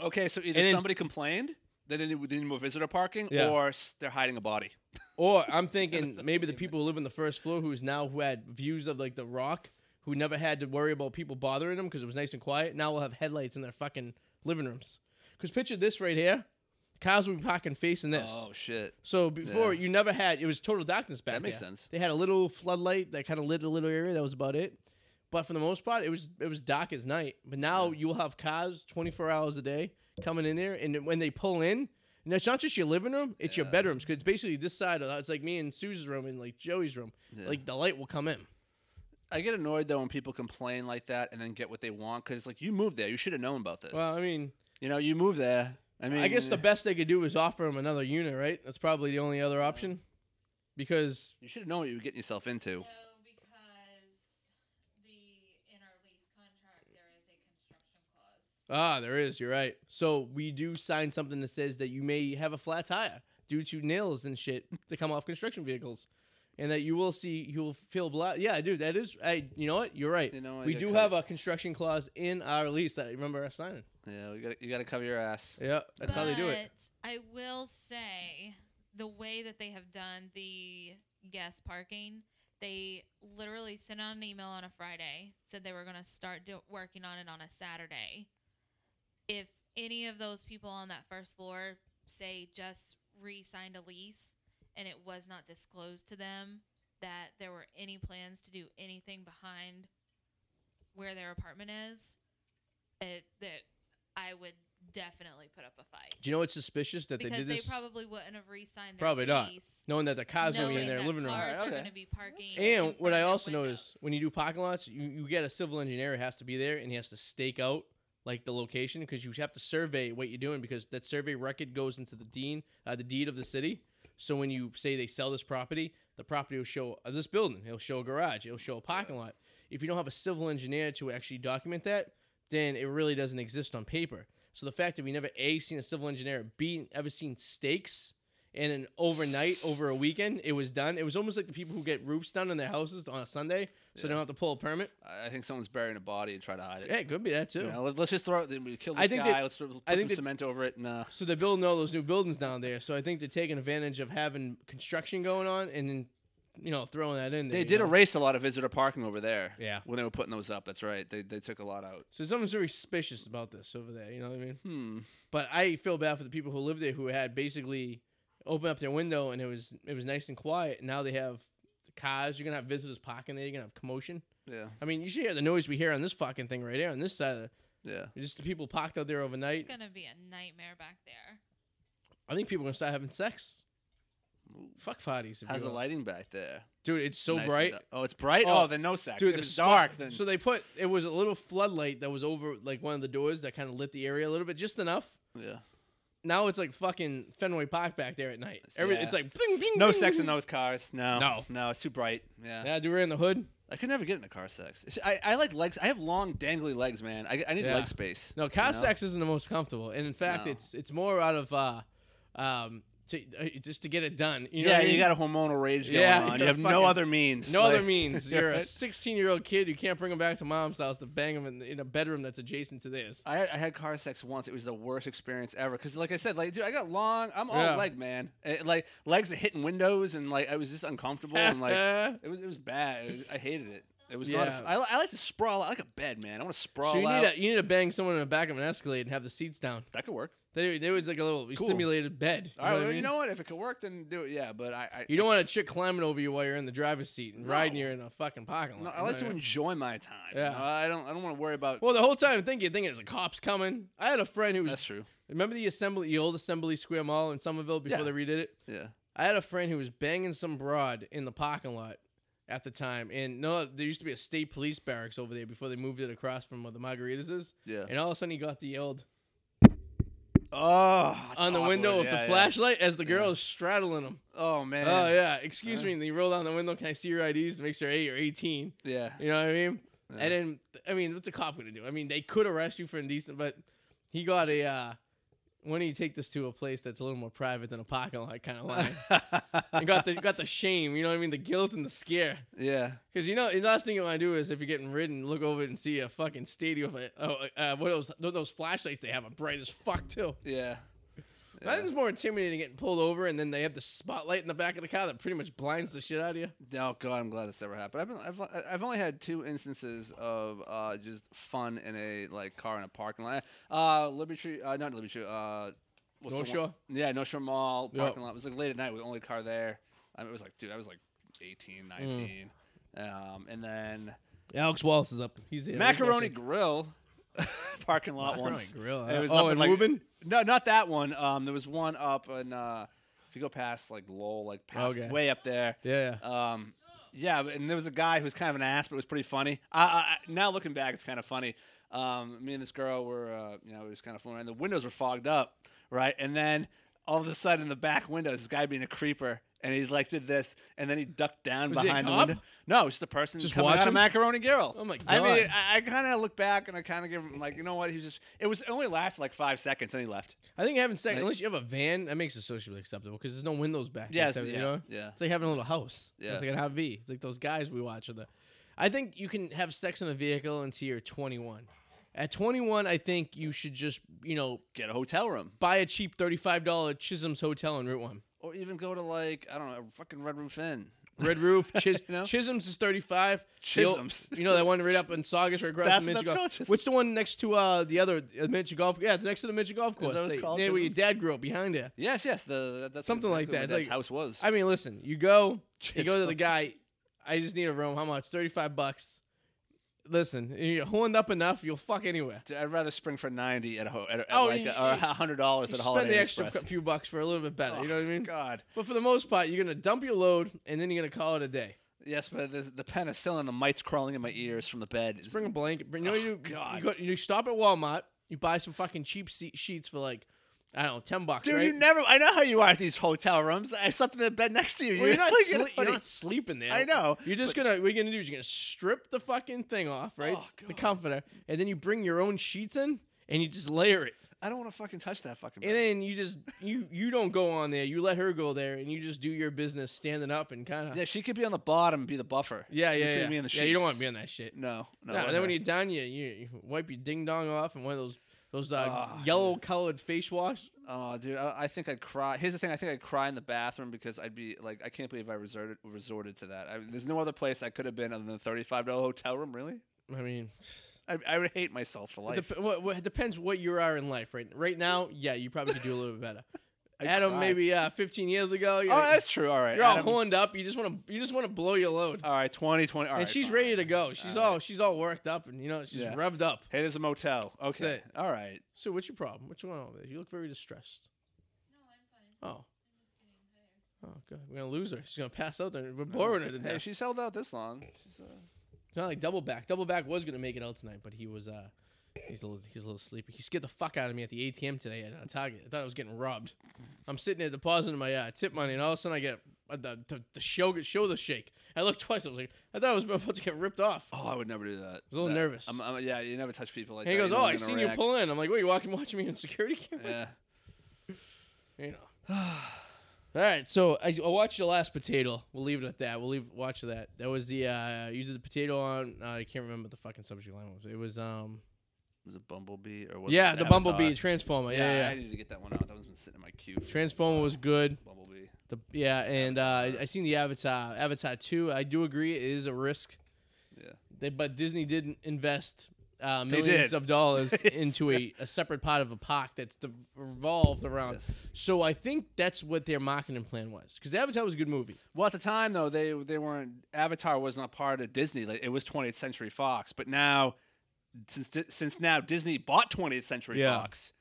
B: okay, so either
A: and then-
B: somebody complained that they need, they need more visitor parking,
A: Yeah.
B: or s- they're hiding a body.
A: Or I'm thinking maybe the people who live in the first floor who's now who had views of like the rock, who never had to worry about people bothering them because it was nice and quiet. Now we'll have headlights in their fucking living rooms. Because picture this right here, cars will be parking facing this.
B: Oh shit!
A: So before
B: Yeah.
A: you never had it was total darkness back.
B: That makes
A: there.
B: sense.
A: They had a little floodlight that kind of lit a little area. That was about it. But for the most part, it was it was dark as night. But now you will have cars twenty four hours a day coming in there, and when they pull in, and it's not just your living room; it's your
B: Yeah.
A: bedrooms. Because it's basically this side of it's like me and Sue's room and like Joey's room.
B: Yeah.
A: Like the light will come in.
B: I get annoyed though when people complain like that and then get what they want because like you moved there, you should have known about this.
A: Well, I mean,
B: you know, you moved there. I mean,
A: I guess the best they could do is offer them another unit, right? That's probably the only other option, because
B: you should have known what you were getting yourself into.
C: No, because the in our lease contract there is a construction clause.
A: Ah, there is. You're right. So we do sign something that says that you may have a flat tire due to nails and shit that come off construction vehicles, and that you will see you will feel blah. Yeah, dude, that is. I. You know what? You're right.
B: You know, I
A: we
B: got
A: do
B: cut.
A: have a construction clause in our lease that I remember us signing.
B: Yeah, you got you got to cover your ass.
A: Yeah, that's how they do it.
C: But I will say the way that they have done the guest parking, they literally sent out an email on a Friday, said they were going to start do- working on it on a Saturday. If any of those people on that first floor say just re signed a lease and it was not disclosed to them that there were any plans to do anything behind where their apartment is, it, that I would definitely put up a fight
A: Do you know what's suspicious that
C: because
A: they did
C: they
A: this?
C: probably wouldn't have re-signed. Their
A: Probably not.
C: lease,
A: knowing that the cars gonna be in
C: knowing
A: their
C: that
A: living room.
C: cars
B: Alright,
C: are
B: okay.
C: going to be parking. in
A: And
C: front
A: what
C: of
A: I
C: their
A: also
C: windows.
A: notice when you do parking lots, you, you get a civil engineer has to be there and he has to stake out like the location because you have to survey what you're doing because that survey record goes into the dean uh, the deed of the city. So when you say they sell this property, the property will show uh, this building, it'll show a garage, it'll show a parking lot. If you don't have a civil engineer to actually document that, then it really doesn't exist on paper. So the fact that we never a seen a civil engineer, b ever seen stakes and an overnight over a weekend it was done it was almost like the people who get roofs done on their houses on a sunday so
B: Yeah.
A: they don't have to pull a permit
B: I I think someone's burying a body and trying to hide it.
A: yeah it could be that too
B: You know, let- let's just throw it. then We kill this
A: I think
B: guy.
A: that-
B: let's throw, put
A: I think
B: some
A: that-
B: cement over it and. Uh,
A: so they're building all those new buildings down there so i think they're taking advantage of having construction going on and then you know throwing that in there,
B: they
A: you
B: did
A: know?
B: erase a lot of visitor parking over there.
A: Yeah.
B: When they were putting those up, that's right. They they took a lot out.
A: so something's very suspicious about this over there you know what i mean
B: Hmm.
A: but i feel bad for the people who live there who had basically opened up their window and it was it was nice and quiet now they have cars you're gonna have visitors parking there you're gonna have commotion
B: Yeah.
A: i mean you should hear the noise we hear on this fucking thing right here on this side of the
B: Yeah.
A: Just the people parked out there overnight.
C: It's going to be a nightmare back there.
A: I think people are gonna start having sex.
B: Ooh.
A: Fuck parties. if
B: How's
A: you
B: the
A: will.
B: lighting back there?
A: Dude, it's so
B: Nice and
A: bright.
B: dar- Oh, it's bright.
A: Oh,
B: Oh, then no sex.
A: Dude,
B: if
A: the
B: it's
A: spot-
B: dark, then
A: so they put it was a little floodlight that was over like one of the doors that kind of lit the area a little bit, just enough.
B: yeah.
A: Now it's like fucking Fenway Park back there at night. Every,
B: Yeah.
A: It's like bling, bling,
B: No
A: bling,
B: sex in
A: bling.
B: those cars. No.
A: No.
B: No, it's too bright. Yeah.
A: Yeah, dude, we're in the hood.
B: I could never get into car sex. It's- I, I like legs. I have long, dangly legs, man. I, I need
A: Yeah.
B: leg space.
A: No, car
B: You know?
A: sex isn't the most comfortable, and in fact,
B: No.
A: it's it's more out of uh, um, to, uh, just to get it done. You know
B: yeah,
A: what I
B: you
A: mean?
B: got a hormonal rage going
A: Yeah,
B: on.
A: the
B: You have no
A: fucking-
B: other means.
A: No other
B: Like-
A: means. You're a
B: Right?
A: 16 year old kid. You can't bring him back to mom's house to bang him in, in a bedroom that's adjacent to theirs.
B: I had, I had car sex once. It was the worst experience ever. Because, like I said, like dude, I got long. I'm all
A: Yeah.
B: leg, man. Eh, like legs are hitting windows, and like I was just uncomfortable. and like it was, it was bad. It was, I hated it. It was not. A,
A: Yeah.
B: f- I, li- I like to sprawl. out. I like a bed, man. I want to sprawl
A: so you
B: out.
A: need to you need to bang someone in the back of an Escalade and have the seats down.
B: that could work.
A: There, there was like a little
B: Cool.
A: simulated bed. You
B: All right.
A: know what I
B: well, you
A: mean?
B: know what? If it could work, then do it. Yeah. But I. I
A: You don't want a chick climbing over you while you're in the driver's seat and riding
B: No.
A: you in a fucking parking
B: No,
A: lot.
B: I like to
A: You know?
B: enjoy my time. you
A: Yeah.
B: know? I don't. I don't want to worry about.
A: Well, the whole time thinking, thinking there's a cops coming. I had a friend who was
B: that's true.
A: remember the assembly, the old Assembly Square Mall in Somerville before
B: Yeah.
A: they redid it.
B: Yeah.
A: I had a friend who was banging some broad in the parking lot at the time, and no, there used to be a state police barracks over there before they moved it across from where the margaritas is.
B: Yeah.
A: And all of a sudden, he got the old
B: Oh. that's
A: on the
B: awkward.
A: window of
B: Yeah,
A: the
B: yeah.
A: flashlight as the girl
B: Yeah.
A: is straddling him.
B: Oh man.
A: Oh yeah, excuse
B: Yeah.
A: me. And he rolled down the window. Can I see your IDs to make sure hey, you're 18?
B: Yeah.
A: You know what I mean?
B: Yeah.
A: And then, I mean, what's a cop gonna do? I mean, they could arrest you for indecent, but he got a. uh Why don't you take this to a place that's a little more private than a parking lot kind of line? and got the got the shame. You know what I mean? The guilt and the scare.
B: yeah.
A: Because you know, the last thing you want to do is if you're getting ridden, look over and see a fucking stadium. of, Oh, uh, what those those flashlights they have are bright as fuck too.
B: Yeah.
A: Nothing's more intimidating than getting pulled over and then they have the spotlight in the back of the car that pretty much blinds the shit out of you.
B: Oh God, I'm glad this never happened. I've been, I've, I've only had two instances of uh, just fun in a like car in a parking lot. Uh, Liberty, Tree- uh, not Liberty, Tree, uh, what's
A: North
B: the one-
A: Shore?
B: Yeah, North Shore Mall
A: Yep.
B: parking lot. It was like late at night with the only car there. I mean, it was like, dude, I was like
A: Mm.
B: 18, 19. Um, and then
A: Alex Wallace is up. He's the
B: Macaroni Grill parking lot
A: Macaroni
B: once.
A: Grill,
B: And
A: huh? Oh, in Reuben?
B: No, not that one. Um, there was one up in uh, if you go past like Lowell, like past
A: Okay.
B: way up there.
A: Yeah.
B: Um, yeah, but- and there was a guy who was kind of an ass, but it was pretty funny. I, I, I- now looking back, it's kind of funny. Um, me and this girl were, uh, you know, we was kind of fooling around. The windows were fogged up, right? And then all of a sudden, in the back window, is this guy being a creeper, and he like did this, and then he ducked down
A: Was he a
B: behind the
A: cop?
B: window. No, it's the person just
A: Just
B: coming out
A: watching?
B: of Macaroni Girl.
A: Oh my
B: I mean,
A: God.
B: I, I kind of look back and I kind of give him like, you know what? He was just. It was it only lasted like five seconds, and he left.
A: I think having sex,
B: Like-
A: unless you have a van, that makes it socially acceptable because there's no windows back.
B: Yes,
A: except,
B: yeah,
A: you know?
B: yeah.
A: It's like having a little house.
B: Yeah.
A: It's like an RV. It's like those guys we watch. On the, I think you can have sex in a vehicle until you're 21. At 21, I think you should just, you know,
B: Get a hotel room,
A: buy a cheap $35 Chisholm's Hotel on Route 1.
B: or even go to like I don't know, fucking Red Roof Inn.
A: Red Roof, Chis-
B: You know?
A: Chisholm's is 35.
B: Chisholm's.
A: You know that one right up in Saugus or across
B: That's-
A: the Mitchell
B: that's
A: Golf-
B: called Chisholm's.
A: What's the one next to uh, the other uh, Mitchell Golf? Yeah, it's next to the Mitchell Golf Course.
B: that what it's
A: They-
B: called,
A: Yeah, where your
B: Chisholm's?
A: dad grew up behind there.
B: Yes, yes, the that- that's
A: Something like
B: exactly
A: that.
B: What
A: It's
B: dad's house was.
A: I mean, listen, you go, you go to
B: Chisholm's.
A: the guy. I just need a room. How much? Thirty-five bucks. listen, you're horned up enough, you'll fuck anywhere.
B: Dude, I'd rather spring for ninety at, a, ho- at, at
A: Oh,
B: like
A: you-
B: a, or a hundred dollars
A: You
B: at a
A: spend
B: Holiday
A: the extra
B: Express.
A: few bucks for a little bit better. you know what I
B: Oh,
A: mean?
B: God,
A: But for the most part, you're gonna dump your load and then you're gonna call it a day.
B: yes, but the, the penicillin and the mites crawling in my ears from the bed.
A: Just bring a blanket. Bring, you know,
B: Oh,
A: you,
B: God.
A: You, go, you stop at Walmart. You buy some fucking cheap se- sheets for like, I don't know, ten bucks.
B: Dude,
A: right?
B: you never. I know how you are at these hotel rooms. I slept in the bed next to you.
A: Well, you're not.
B: like,
A: sle-
B: what
A: you're
B: are
A: not sleeping there.
B: you- I know.
A: You're just gonna. What you're gonna do is you're gonna strip the fucking thing off, right?
B: Oh, God.
A: the comforter, and then you bring your own sheets in and you just layer it,
B: I don't want to fucking touch that fucking.
A: and
B: Bed.
A: then you just you you don't go on there. You let her go there, and you just do your business standing up and kind of.
B: yeah, she could be on the bottom, and be the buffer.
A: yeah, yeah,
B: between
A: yeah.
B: me and the
A: yeah, you don't
B: sheets.
A: want to be on that shit.
B: No, no.
A: No, and then when
B: no.
A: you're done, you, you you wipe your ding dong off and one of those those uh,
B: Ah,
A: yellow colored face wash.
B: Oh, dude, I, I think I'd cry. Here's the thing: I think I'd cry in the bathroom because I'd be like, I can't believe I resorted resorted to that. I, there's no other place I could have been other than a thirty-five dollar hotel room. Really,
A: I mean,
B: I, I would hate myself for life.
A: Dep- what, what, it depends what you are in life, right? Right now, yeah, you probably could do a little bit better.
B: I
A: Adam,
B: cried.
A: maybe uh, 15 years ago, you're,
B: Oh, that's true. All right,
A: you're all
B: Adam.
A: horned up. You just want to you just want to blow your load,
B: all right, twenty twenty. All
A: and
B: right,
A: she's
B: fine.
A: ready to go. She's
B: All
A: all,
B: right.
A: she's all worked up, and you know she's
B: Yeah.
A: revved up.
B: Hey, there's a motel. Okay,
A: it.
B: all right.
A: So, what's your problem? What's going on with it? You look very distressed.
C: No, I'm fine.
A: Oh, oh, god, we're gonna lose her. She's gonna pass out. There. We're boring her to
B: Hey,
A: death.
B: she's held out this long. She's, uh,
A: It's not like double back. Double back was gonna make it out tonight, but he was uh. He's a little, he's a little sleepy. He scared the fuck out of me at the ATM today at uh, Target. I thought I was getting robbed. I'm sitting there depositing my uh, tip money, and all of a sudden I get uh, the, the the shoulder shoulder shake. I looked twice. I was like, I thought I was about to get ripped off.
B: oh, I would never do that. I
A: was a little nervous.
B: I'm, I'm- yeah, you never touch people like
A: and he
B: that.
A: goes,
B: You
A: "Oh,
B: know
A: I
B: they're gonna
A: seen you
B: react."
A: pull in." I'm like, "Wait, you walking watching me on security cameras?"
B: Yeah.
A: You know. All right, so I, I watched your last potato. We'll leave it at that. We'll leave watch that. That was the uh, you did the potato on. Uh, I can't remember what the fucking subject line was. It was um
B: Was it Bumblebee or was
A: yeah
B: it
A: the
B: Avatar?
A: bumblebee transformer. Yeah, yeah.
B: I need to get that one out. That one's been sitting in my queue. for-
A: Transformer was good.
B: Bumblebee.
A: The, yeah, and uh, I, I seen the Avatar. Avatar two. I do agree it is a risk.
B: Yeah.
A: They, but Disney did invest uh,
B: They
A: millions
B: did.
A: of dollars
B: Yes.
A: into a, a separate part of a park that's de- revolved around.
B: Yes.
A: So I think that's what their marketing plan was. Because Avatar was a good movie.
B: Well, at the time though, they they weren't. Avatar was not part of Disney. Like, it was 20th Century Fox, but now since Di- since now Disney bought 20th Century
A: Yeah.
B: Fox,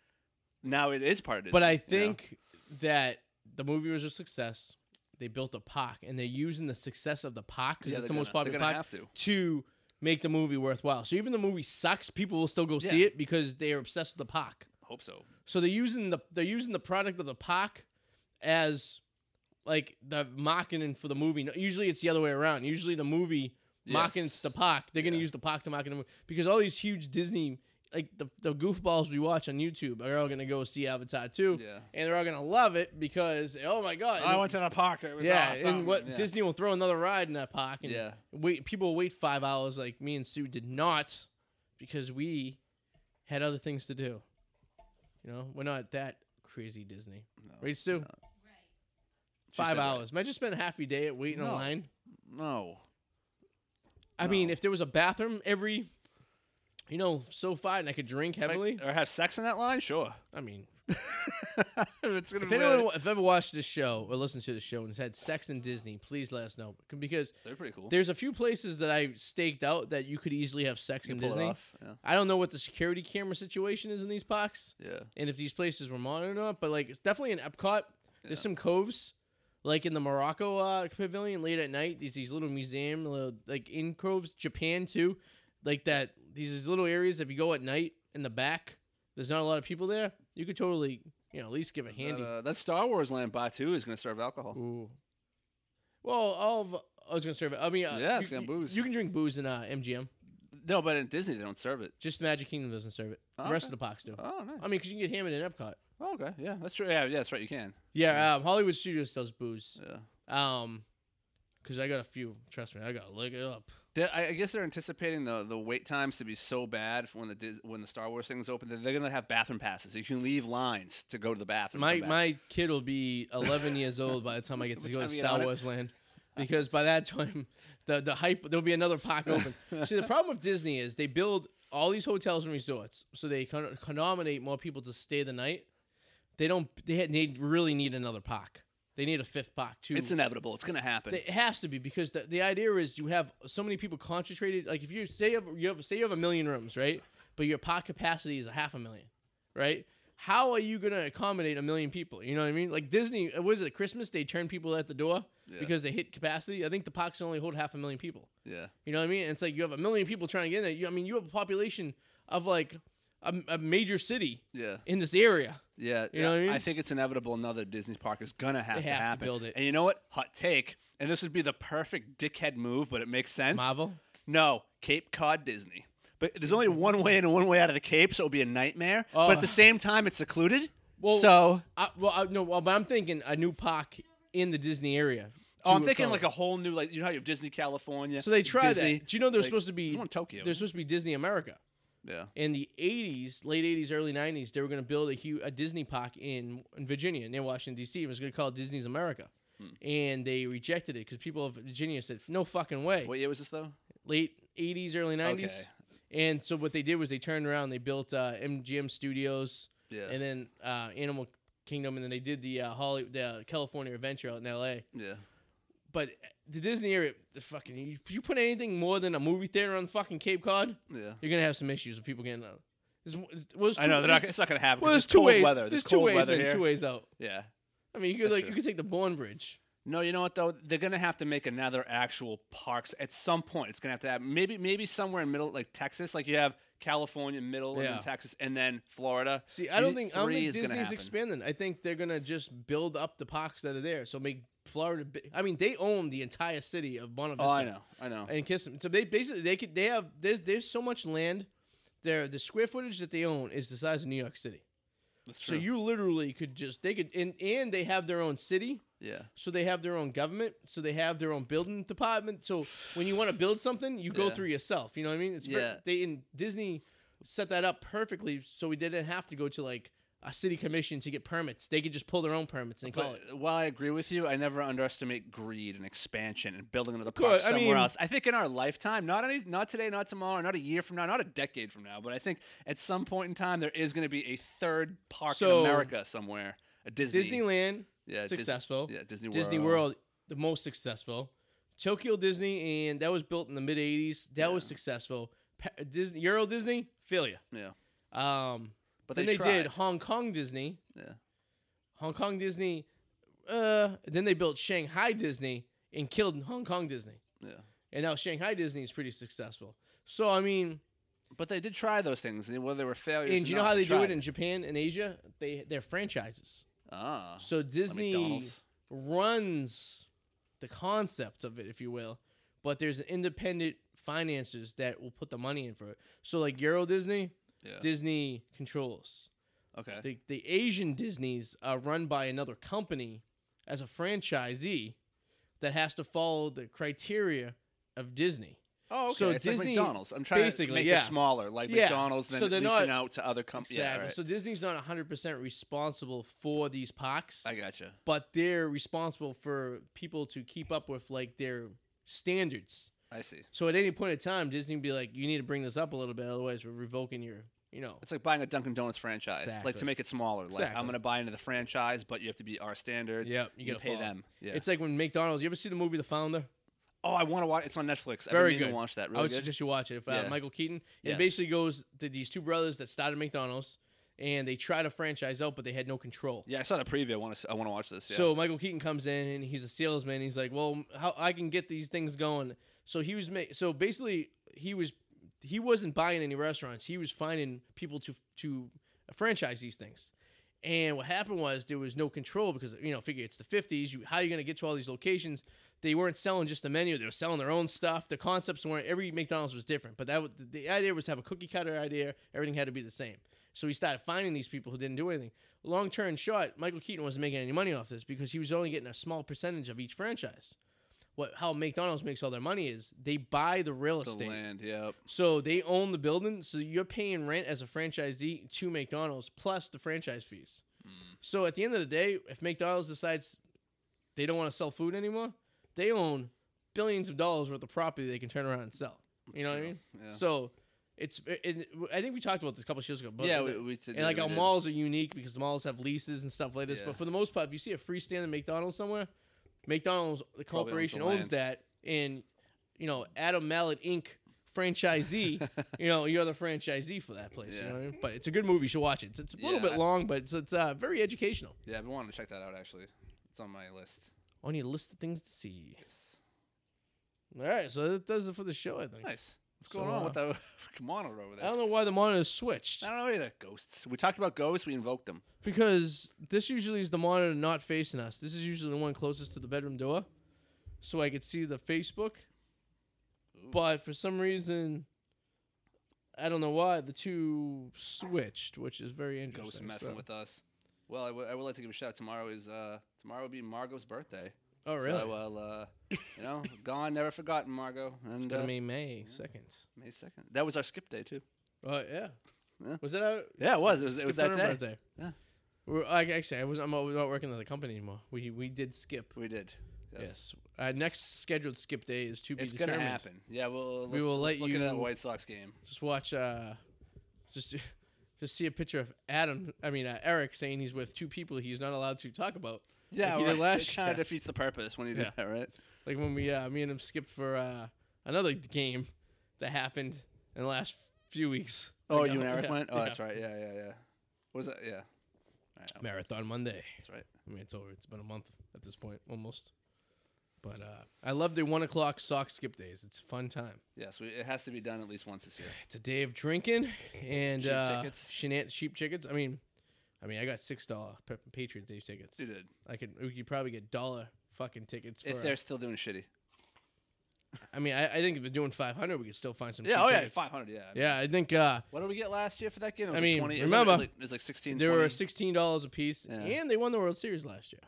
B: now it is part of. Disney,
A: But
B: you
A: I
B: know?
A: think that the movie was a success. They built a park, and they're using the success of the park because
B: Yeah,
A: it's the
B: they're
A: most
B: gonna-
A: popular
B: They're gonna
A: park
B: have to.
A: to make the movie worthwhile. So even the movie sucks, people will still go see
B: Yeah.
A: it because they are obsessed with the park.
B: Hope so.
A: So they're using the they're using the product of the park as like the marketing for the movie. No, Usually it's the other way around. Usually the movie markets
B: Yes.
A: the park. They're gonna
B: Yeah.
A: use the park to market the movie because all these huge Disney like the the goofballs we watch on YouTube are all gonna go see Avatar too,
B: Yeah.
A: and they're all gonna love it because oh my god,
B: I went to the park. It was
A: yeah,
B: awesome.
A: and what
B: yeah.
A: Disney will throw another ride in that park, and
B: Yeah.
A: wait, people will wait five hours. Like me and Sue did not, because we had other things to do. You know, we're not that crazy Disney, right, Sue?
C: Right.
B: She
A: five
B: said,
A: hours. Might just spend half your day at waiting in
B: No.
A: line.
B: No.
A: I mean,
B: No.
A: if there was a bathroom every, you know, so far, and I could drink
B: If I-
A: heavily.
B: or have sex in that line? Sure.
A: I, mean,
B: it's gonna
A: if
B: be.
A: anyone,
B: weird.
A: wa- if ever watched this show or listened to this show and has had sex in Disney, please let us know because
B: They're pretty cool.
A: there's a few places that I staked out that you could easily have sex
B: You
A: in
B: pull it
A: Disney.
B: off, Yeah.
A: I don't know what the security camera situation is in these parks
B: Yeah.
A: and if these places were monitored or not, but like it's definitely in Epcot.
B: Yeah.
A: There's some coves, like in the Morocco uh, pavilion late at night. These these little museum, little, like in coves, Japan too. Like that, these, these little areas. If you go at night in the back, there's not a lot of people there. You could totally, you know, at least give a handy.
B: That, uh, that Star Wars land Batu is going to serve alcohol.
A: Ooh. Well, all of I was gonna serve it. I mean, uh,
B: Yeah,
A: you-
B: it's gonna
A: you,
B: booze.
A: You can drink booze in uh, MGM.
B: No, but in Disney they don't serve it.
A: Just Magic Kingdom doesn't serve it. The
B: Okay.
A: rest of the parks do.
B: Oh, nice.
A: I mean, because you can get hammered in Epcot.
B: oh, okay, yeah, that's true. Yeah, yeah, that's right. You can.
A: Yeah, um, Hollywood Studios sells booze.
B: Yeah.
A: Um, because I got a few. Trust me, I gotta look it up.
B: They- I I guess they're anticipating the, the wait times to be so bad for when the Dis- when the Star Wars thing's open that they're gonna have bathroom passes. You can leave lines to go to the bathroom.
A: My
B: and come back.
A: my kid will be 11 years old by the time I get to
B: What
A: go to
B: time you get
A: Star
B: on it?
A: Wars Land, because by that time the the hype there'll be another park open. See, the problem with Disney is they build all these hotels and resorts so they can accommodate more people to stay the night. They don't. They, had- they really need another park. They need a fifth park too.
B: It's inevitable. It's going to happen.
A: It has to be because the, the idea is you have so many people concentrated. Like if you say you have, you have say you have a million rooms, right? But your pot capacity is a half a million, right? How are you gonna accommodate a million people? You know what I mean? Like Disney, uh, was it Christmas? They turned people at the door
B: Yeah.
A: because they hit capacity. I think the parks only hold half a million people.
B: yeah.
A: You know what I mean? And it's like you have a million people trying to get in there. You, I mean, you have a population of like a, a major city
B: Yeah.
A: in this area.
B: Yeah,
A: You know what I mean?
B: think it's inevitable. Another Disney park is gonna have
A: They
B: to
A: have to
B: happen.
A: build it.
B: And you know what? Hot take. And this would be the perfect dickhead move, but it makes sense.
A: Marvel.
B: No, Cape Cod Disney. But there's only one way in and one way out of the Cape, so it would be a nightmare.
A: Oh.
B: But at the same time, it's secluded.
A: Well,
B: so
A: I, well, I, no, well, but I'm thinking a new park in the Disney area.
B: oh, I'm
A: to
B: thinking
A: accommodate.
B: like a whole new like you know how you have Disney California.
A: So they tried
B: Disney,
A: that. Do you know they're
B: like,
A: supposed to be
B: there's one in Tokyo.
A: They're supposed to be Disney America.
B: yeah.
A: In the '80s, late '80s, early '90s, they were going to build a huge a Disney park in, in Virginia near Washington D.C. It was going to call it Disney's America,
B: Hmm.
A: and they rejected it because people of Virginia said, "No fucking way!"
B: What year was this though?
A: Late '80s, early '90s.
B: Okay.
A: And so what they did was they turned around, they built uh, MGM Studios,
B: Yeah.
A: and then uh, Animal Kingdom, and then they did the uh, Holly, the uh, California Adventure out in L.A.
B: Yeah.
A: But the Disney area, the fucking you, you put anything more than a movie theater on fucking Cape Cod,
B: Yeah.
A: you're gonna have some issues with people getting out. There's, well, there's two,
B: I know they're
A: there's,
B: not, it's not gonna happen.
A: well,
B: 'cause
A: there's
B: it's
A: two
B: cold
A: ways.
B: weather.
A: There's
B: It's
A: two
B: cold
A: ways
B: weather
A: in,
B: here.
A: two ways out.
B: Yeah.
A: I mean, you could
B: That's
A: like
B: true.
A: you could take the Bourne Bridge.
B: No, you know what though? They're gonna have to make another actual parks at some point. It's gonna have to happen. Maybe maybe somewhere in middle like Texas, like you have California, middle, and
A: Yeah.
B: then Texas, and then Florida.
A: See, I don't
B: You-
A: think I don't
B: three
A: think
B: is gonna
A: Disney's
B: happen.
A: expanding. I think they're gonna just build up the parks that are there. So make Florida. bi- I mean, they own the entire city of Bonavista.
B: Oh, I know, I know.
A: and kiss them. So they basically they could they have there's there's so much land. There the square footage that they own is the size of New York City.
B: That's
A: So you literally could just they could and and they have their own city,
B: yeah,
A: so they have their own government, so they have their own building department. So when you want to build something, you go
B: Yeah.
A: through yourself. You know what I mean? It's ver-
B: Yeah.
A: they and Disney set that up perfectly, so we didn't have to go to like a city commission to get permits. They could just pull their own permits and call it.
B: But while I agree with you, I never underestimate greed and expansion and building another park
A: course, I
B: somewhere
A: mean-
B: else. I think in our lifetime, not any, not today, not tomorrow, not a year from now, not a decade from now, but I think at some point in time there is going to be a third park
A: So-
B: in America somewhere, a Disney,
A: Disneyland
B: yeah, Dis-
A: successful.
B: yeah, Disney World,
A: Disney World, the most successful. Tokyo Disney, and that was built in the mid '80s. That was
B: Yeah.
A: successful. Pa- Disney Euro Disney failure.
B: yeah.
A: Um,
B: But
A: then
B: they,
A: they,
B: tried.
A: did Hong Kong Disney.
B: Yeah.
A: Hong Kong Disney. Uh, then they built Shanghai Disney and killed Hong Kong Disney,
B: Yeah.
A: and now Shanghai Disney is pretty successful. So I mean,
B: But they did try those things, and whether they were failures. or
A: and do you know
B: not,
A: how they do
B: tried
A: it in Japan and Asia? They they're franchises.
B: ah
A: So
B: like
A: Disney.
B: McDonald's.
A: runs the concept of it, if you will, but there's independent finances that will put the money in for it. So like Euro Disney,
B: Yeah.
A: Disney controls.
B: okay.
A: The the Asian Disneys are run by another company as a franchisee that has to follow the criteria of Disney.
B: oh, okay.
A: so
B: it's like
A: Disney-
B: McDonald's. I'm trying to
A: basically,
B: make
A: yeah.
B: it smaller, like
A: Yeah.
B: McDonald's, and
A: So
B: then
A: they're
B: leasing
A: not-
B: out to other companies.
A: Exactly.
B: Yeah, right.
A: So Disney's not 100% responsible for these parks.
B: I gotcha.
A: but they're responsible for people to keep up with like their standards.
B: I see.
A: So at any point in time, Disney would be like, "You need to bring this up a little bit, otherwise we're revoking your, you know."
B: It's like buying a Dunkin' Donuts franchise, like
A: Exactly.
B: to make it smaller. Like
A: Exactly.
B: I'm going to buy into the franchise, but you have to be our standards.
A: Yep, you
B: you,
A: gotta
B: pay
A: follow.
B: them. Yeah.
A: It's like when McDonald's. You ever see the movie The Founder?
B: oh, I want to watch. It's on Netflix. I've been
A: Very
B: meaning
A: good.
B: To watch that.
A: I
B: Really
A: would
B: good.
A: suggest you watch it. If uh,
B: Yeah.
A: Michael Keaton, it
B: Yes.
A: basically goes to these two brothers that started McDonald's, and they tried to franchise out, but they had no control.
B: yeah, I saw the preview. I want to. I want to watch this. Yeah.
A: So Michael Keaton comes in and he's a salesman. He's like, "Well, how I can get these things going?" So he was ma- so basically he was he wasn't buying any restaurants. He was finding people to to franchise these things. And what happened was there was no control because you know figure it's the 50s. You, how are you going to get to all these locations? They weren't selling just the menu. They were selling their own stuff. The concepts weren't. Every McDonald's was different. But that was- the idea was to have a cookie cutter idea. Everything had to be the same. So he started finding these people who didn't do anything. Long term shot, Michael Keaton wasn't making any money off this because he was only getting a small percentage of each franchise. What how McDonald's makes all their money is they buy the real
B: the
A: estate.
B: land. Yep.
A: So they own the building, so you're paying rent as a franchisee to McDonald's plus the franchise fees.
B: Mm,
A: So at the end of the day, if McDonald's decides they don't want to sell food anymore, they own billions of dollars worth of property they can turn around and sell. you know what I
B: true.
A: mean?
B: Yeah.
A: So It's and I think we talked about this a couple shows ago. But
B: yeah,
A: the-
B: we, we said
A: and like
B: we
A: our
B: did.
A: malls are unique because malls have leases and stuff like this.
B: Yeah.
A: But for the most part, if you see a freestanding McDonald's somewhere, McDonald's
B: Probably owns the
A: the corporation owns,
B: land.
A: that, and you know Adam Mallet Inc. franchisee. you know you're the franchisee for that place. You
B: Yeah.
A: know what I mean? But it's a good movie. You should watch it. It's, it's a little
B: Yeah,
A: bit
B: I-
A: long, but it's it's uh, very educational.
B: Yeah, I've been wanting to check that out actually. It's on my list.
A: On your list of things to see.
B: Yes.
A: All right, so that does it for the show. I think.
B: Nice. What's
A: So,
B: going on
A: uh,
B: with that freaking monitor over there?
A: I don't know why the monitor switched
B: I don't know either. Ghosts. We talked about ghosts. We invoked them.
A: because this usually is the monitor not facing us. This is usually the one closest to the bedroom door, so I could see the Facebook.
B: Ooh.
A: But for some reason, I don't know why the two switched, which is very interesting.
B: Ghosts messing
A: so-
B: with us. Well, I would- I would like to give a shout. Tomorrow is uh tomorrow would be Margot's birthday.
A: Oh really?
B: So, well, uh, you know, gone, never forgotten, Margot. And
A: it's gonna
B: uh,
A: be May second.
B: May second. That was our skip day too.
A: Oh yeah.
B: Yeah.
A: Was that out?
B: Yeah, it was. It was, it was that day.
A: Birthday.
B: Yeah.
A: We're, I, actually, I was. I'm not working at the company anymore. We we did skip.
B: We did.
A: Yes. Our next scheduled skip day is to be
B: It's gonna
A: determined.
B: happen. Yeah, well, let's,
A: We will
B: let's
A: let
B: look at that
A: you-
B: White Sox game.
A: Just watch. Uh, just just see a picture of Adam. I mean uh, Eric saying he's with two people he's not allowed to talk about.
B: Yeah,
A: he did
B: right.
A: last
B: it kind
A: year.
B: of defeats the purpose when you do
A: Yeah.
B: that, right?
A: Like when we, uh, me and him skipped for uh, another game that happened in the last few weeks.
B: Oh,
A: Like,
B: you
A: uh,
B: and Eric
A: yeah,
B: went. Oh,
A: yeah.
B: that's right. Yeah, yeah, yeah. Was that? Yeah. Right, oh,
A: Marathon Monday.
B: that's right.
A: I mean, it's over. It's been a month at this point, almost. But uh, I love the one o'clock sock skip days. It's a fun time.
B: Yes, we, it has to be done at least once this year.
A: It's a day of drinking and
B: Cheap
A: uh,
B: tickets.
A: shenan- cheap tickets. I mean, I mean, I got six dollar Patriot Day tickets.
B: You did.
A: I could we could probably get dollar fucking tickets. For,
B: If they're still doing shitty.
A: I mean, I, I think if they're doing five hundred, we could still find some.
B: Yeah.
A: cheap
B: Oh yeah.
A: tickets.
B: Five hundred. Yeah.
A: Yeah, I think uh,
B: What did we get last year for that game? It
A: I
B: was like
A: mean,
B: 20, it
A: remember,
B: was like, it was like sixteen.
A: They were
B: 20.
A: sixteen dollars a piece,
B: Yeah.
A: and they won the World Series last year.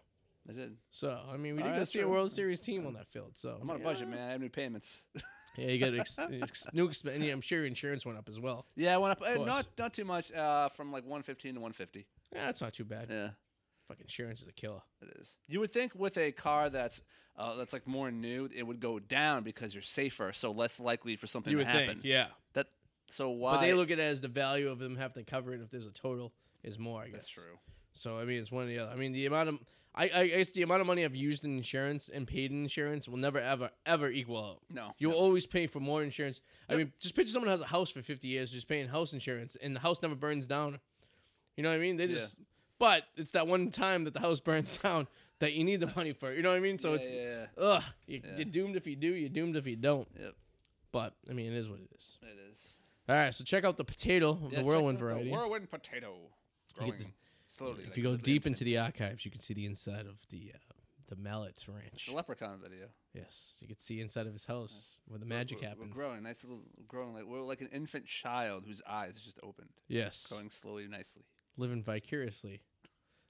B: I did.
A: So I mean, we
B: All
A: did
B: right,
A: go
B: Oh, that's
A: see a
B: true.
A: World Series team on that field. So
B: I'm on a
A: yeah.
B: budget, man. I have new payments.
A: Yeah, you got ex- ex- new exp- and yeah, I'm sure your insurance went up as well.
B: yeah, I went up. Uh,
A: course.
B: not not too much. Uh, from like 115 to 150.
A: Yeah, that's not too bad.
B: Yeah,
A: Fucking insurance is a killer.
B: it is. You would think with a car that's uh, that's like more new, it would go down because you're safer, so less likely for something
A: you
B: to
A: would
B: happen.
A: think, yeah.
B: That so why?
A: But they look at it as the value of them having to cover it if there's a total is more. I guess
B: That's true.
A: So I mean, it's one or the other. I mean, the amount of I, I guess the amount of money I've used in insurance and paid in insurance will never ever ever equal out.
B: No.
A: You'll
B: no.
A: always pay for more insurance. I mean, just picture someone who has a house for 50 years just paying house insurance and the house never burns down. You know what I mean? They
B: Yeah.
A: just, but it's that one time that the house burns down that you need the money for. You know what I mean? So
B: Yeah,
A: it's,
B: yeah,
A: ugh, you,
B: Yeah.
A: you're doomed if you do, you're doomed if you don't.
B: Yep.
A: But, I mean, it is what it is.
B: yeah, it is.
A: All right, so check out the potato of
B: Yeah,
A: the
B: check
A: whirlwind
B: out the
A: variety.
B: whirlwind potato. Growing
A: this-
B: slowly.
A: if
B: like
A: you go
B: Woodland
A: deep into the
B: Fitz.
A: archives, you can see the inside of the uh, the Mallets Ranch.
B: the leprechaun video.
A: Yes, you can see inside of his house where the
B: We're-
A: magic
B: we're,
A: happens.
B: We're growing, nice little growing. Like we're like an infant child whose eyes just opened,
A: Yes.
B: growing slowly, nicely.
A: living vicariously.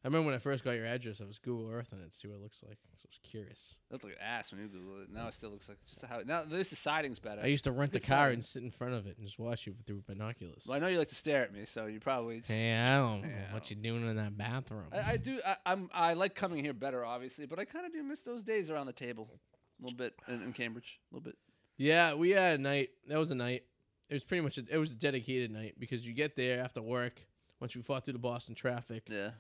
A: I remember when I first got your address, I was Google Earth and it to see what it looks like. I was curious.
B: That looked like ass when you Google it. Now it still looks like just how. Now this is siding's better.
A: I used to rent the
B: Good
A: car
B: sign.
A: and sit in front of it and just watch you through binoculars.
B: well, I know you like to stare at me, so you probably. Just,
A: Hey, I don't know
B: Yeah.
A: what you doing in that bathroom.
B: I, I do. I, I'm. I like coming here better, obviously, but I kind of do miss those days around the table, a little bit in, in Cambridge, a little bit.
A: yeah, we had a night. That was a night. It was pretty much a, it was a dedicated night because you get there after work once you fought through the Boston traffic,
B: Yeah.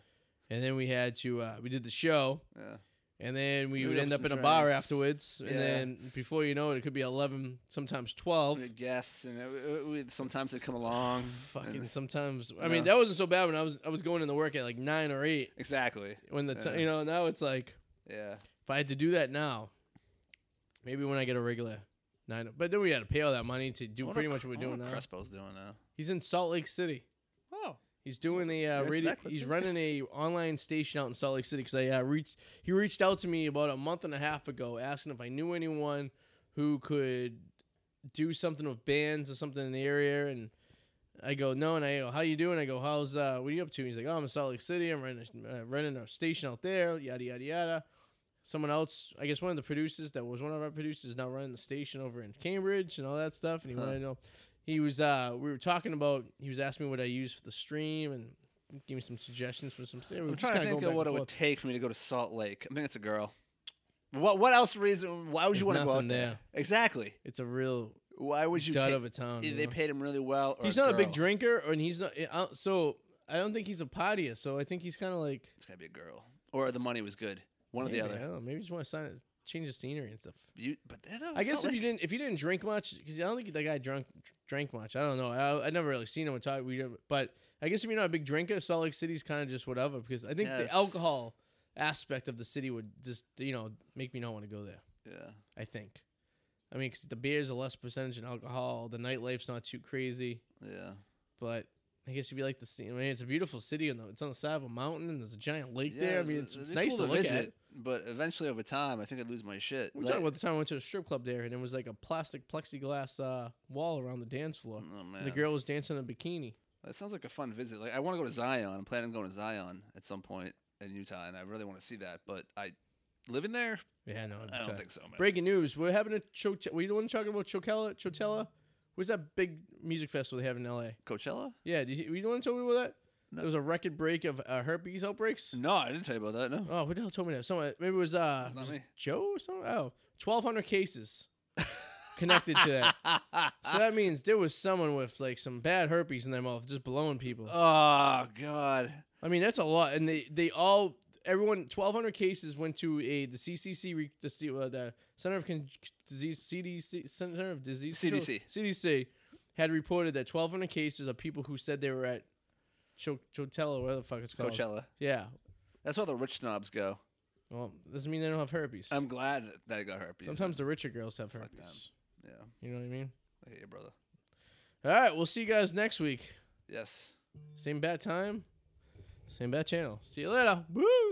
A: and then we had to uh, we did the show,
B: Yeah.
A: and then we
B: Maybe
A: would
B: have
A: end up in
B: some
A: a bar
B: drinks.
A: afterwards,
B: Yeah.
A: and then before you know it, it could be eleven, sometimes twelve.
B: We had guests, and it, we, sometimes they come along.
A: Fucking
B: and-
A: sometimes. I
B: you
A: mean,
B: know?
A: that wasn't so bad when I was I was going into work at like nine or eight.
B: exactly.
A: When the t-
B: Yeah.
A: you know now it's like
B: Yeah.
A: if I had to do that now, maybe when I get a regular nine. But then we had to pay all that money to do
B: What
A: pretty
B: are
A: much what
B: Cr-
A: we're doing
B: what are
A: now.
B: Oh, Crespo's doing now.
A: He's in Salt Lake City.
B: Oh.
A: He's doing the uh,
B: Yes,
A: radio.
B: that quick
A: He's
B: thing.
A: running a online station out in Salt Lake City because I uh, reached. He reached out to me about a month and a half ago, asking if I knew anyone who could do something with bands or something in the area. And I go, no. And I go, how you doing? I go, how's uh, what are you up to? he's like, oh, I'm in Salt Lake City. I'm running a, uh, running a station out there. Yada yada yada. Someone else, I guess one of the producers that was one of our producers, is now running the station over in Cambridge and all that stuff. And he
B: Huh.
A: wanted to know. He was uh we were talking about he was asking me what I use for the stream and give me some suggestions for some we were
B: I'm
A: just
B: trying to
A: kinda
B: think
A: going
B: of what
A: back
B: it would
A: and forth.
B: take for me to go to Salt Lake. I think it's a girl. What what else reason? Why would you
A: There's
B: want to go
A: nothing
B: out there?
A: there.
B: Exactly.
A: It's a real
B: Why would you?
A: dud
B: take-
A: of a town.
B: either
A: you
B: they
A: know?
B: paid him really well. Or
A: he's not a big
B: girl.
A: drinker, and he's not. I don't- so I don't think he's a partier. So I think he's kind of like
B: It's gotta be a girl, or the money was good. One or the
A: maybe, I
B: other.
A: don't know, maybe just want to sign it, change the scenery and stuff.
B: You, but that,
A: I guess if you didn't if you didn't drink much, because I don't think that guy drunk drank much. I don't know. I I never really seen him and talk. We never- but I guess if you're not a big drinker, Salt Lake City's kind of just whatever. Because I think
B: Yes.
A: the alcohol aspect of the city would just you know make me not want to go there.
B: Yeah.
A: I think. I mean, 'cause the beer's a less percentage in alcohol. The nightlife's not too crazy,
B: Yeah.
A: but I guess if you like to see, I mean, it's a beautiful city, and it's on the side of a mountain, and there's a giant lake there. I mean, it's,
B: it'd
A: it's
B: be
A: nice
B: cool
A: to look
B: visit,
A: at.
B: But eventually, over time, I think I'd lose my shit.
A: We talked about the time I went to a strip club there, and it was like a plastic plexiglass uh, wall around the dance floor.
B: oh man,
A: And the girl was dancing in a bikini.
B: that sounds like a fun visit. Like I want to go to Zion. I'm planning on going to Zion at some point in Utah, and I really want to see that. But I living there,
A: Yeah, no,
B: I don't think so, man.
A: Breaking news: We're having a Chote- we don't want to talk about Chocella. Chotella, where's that big music festival they have in L.A.?
B: Coachella?
A: Yeah, did you, we don't want to talk about that.
B: No.
A: There was a record break of uh, herpes outbreaks.
B: No, I didn't tell you about that. No,
A: Oh, who the hell told me that? Someone maybe it was uh
B: It's not
A: was it
B: me.
A: Joe or something. Oh, 1,200 cases connected to that. So that means there was someone with like some bad herpes in their mouth, just blowing people.
B: oh God.
A: I mean, that's a lot, and they they all everyone 1,200 cases went to a the CCC re- the, C- uh, the Center of Con- Disease CDC Center of Disease Control-
B: CDC.
A: CDC had reported that 1,200 cases of people who said they were at Cho- Chotel or whatever the fuck it's called.
B: Coachella.
A: Yeah.
B: That's where the rich snobs go.
A: Well, doesn't mean they don't have herpes.
B: I'm glad that, that I got herpes.
A: Sometimes the richer girls have
B: Fuck
A: herpes.
B: yeah,
A: You know what I mean?
B: I hate you, brother.
A: All right, we'll see you guys next week.
B: Yes.
A: Same bat time, same bat channel. See you later. Woo!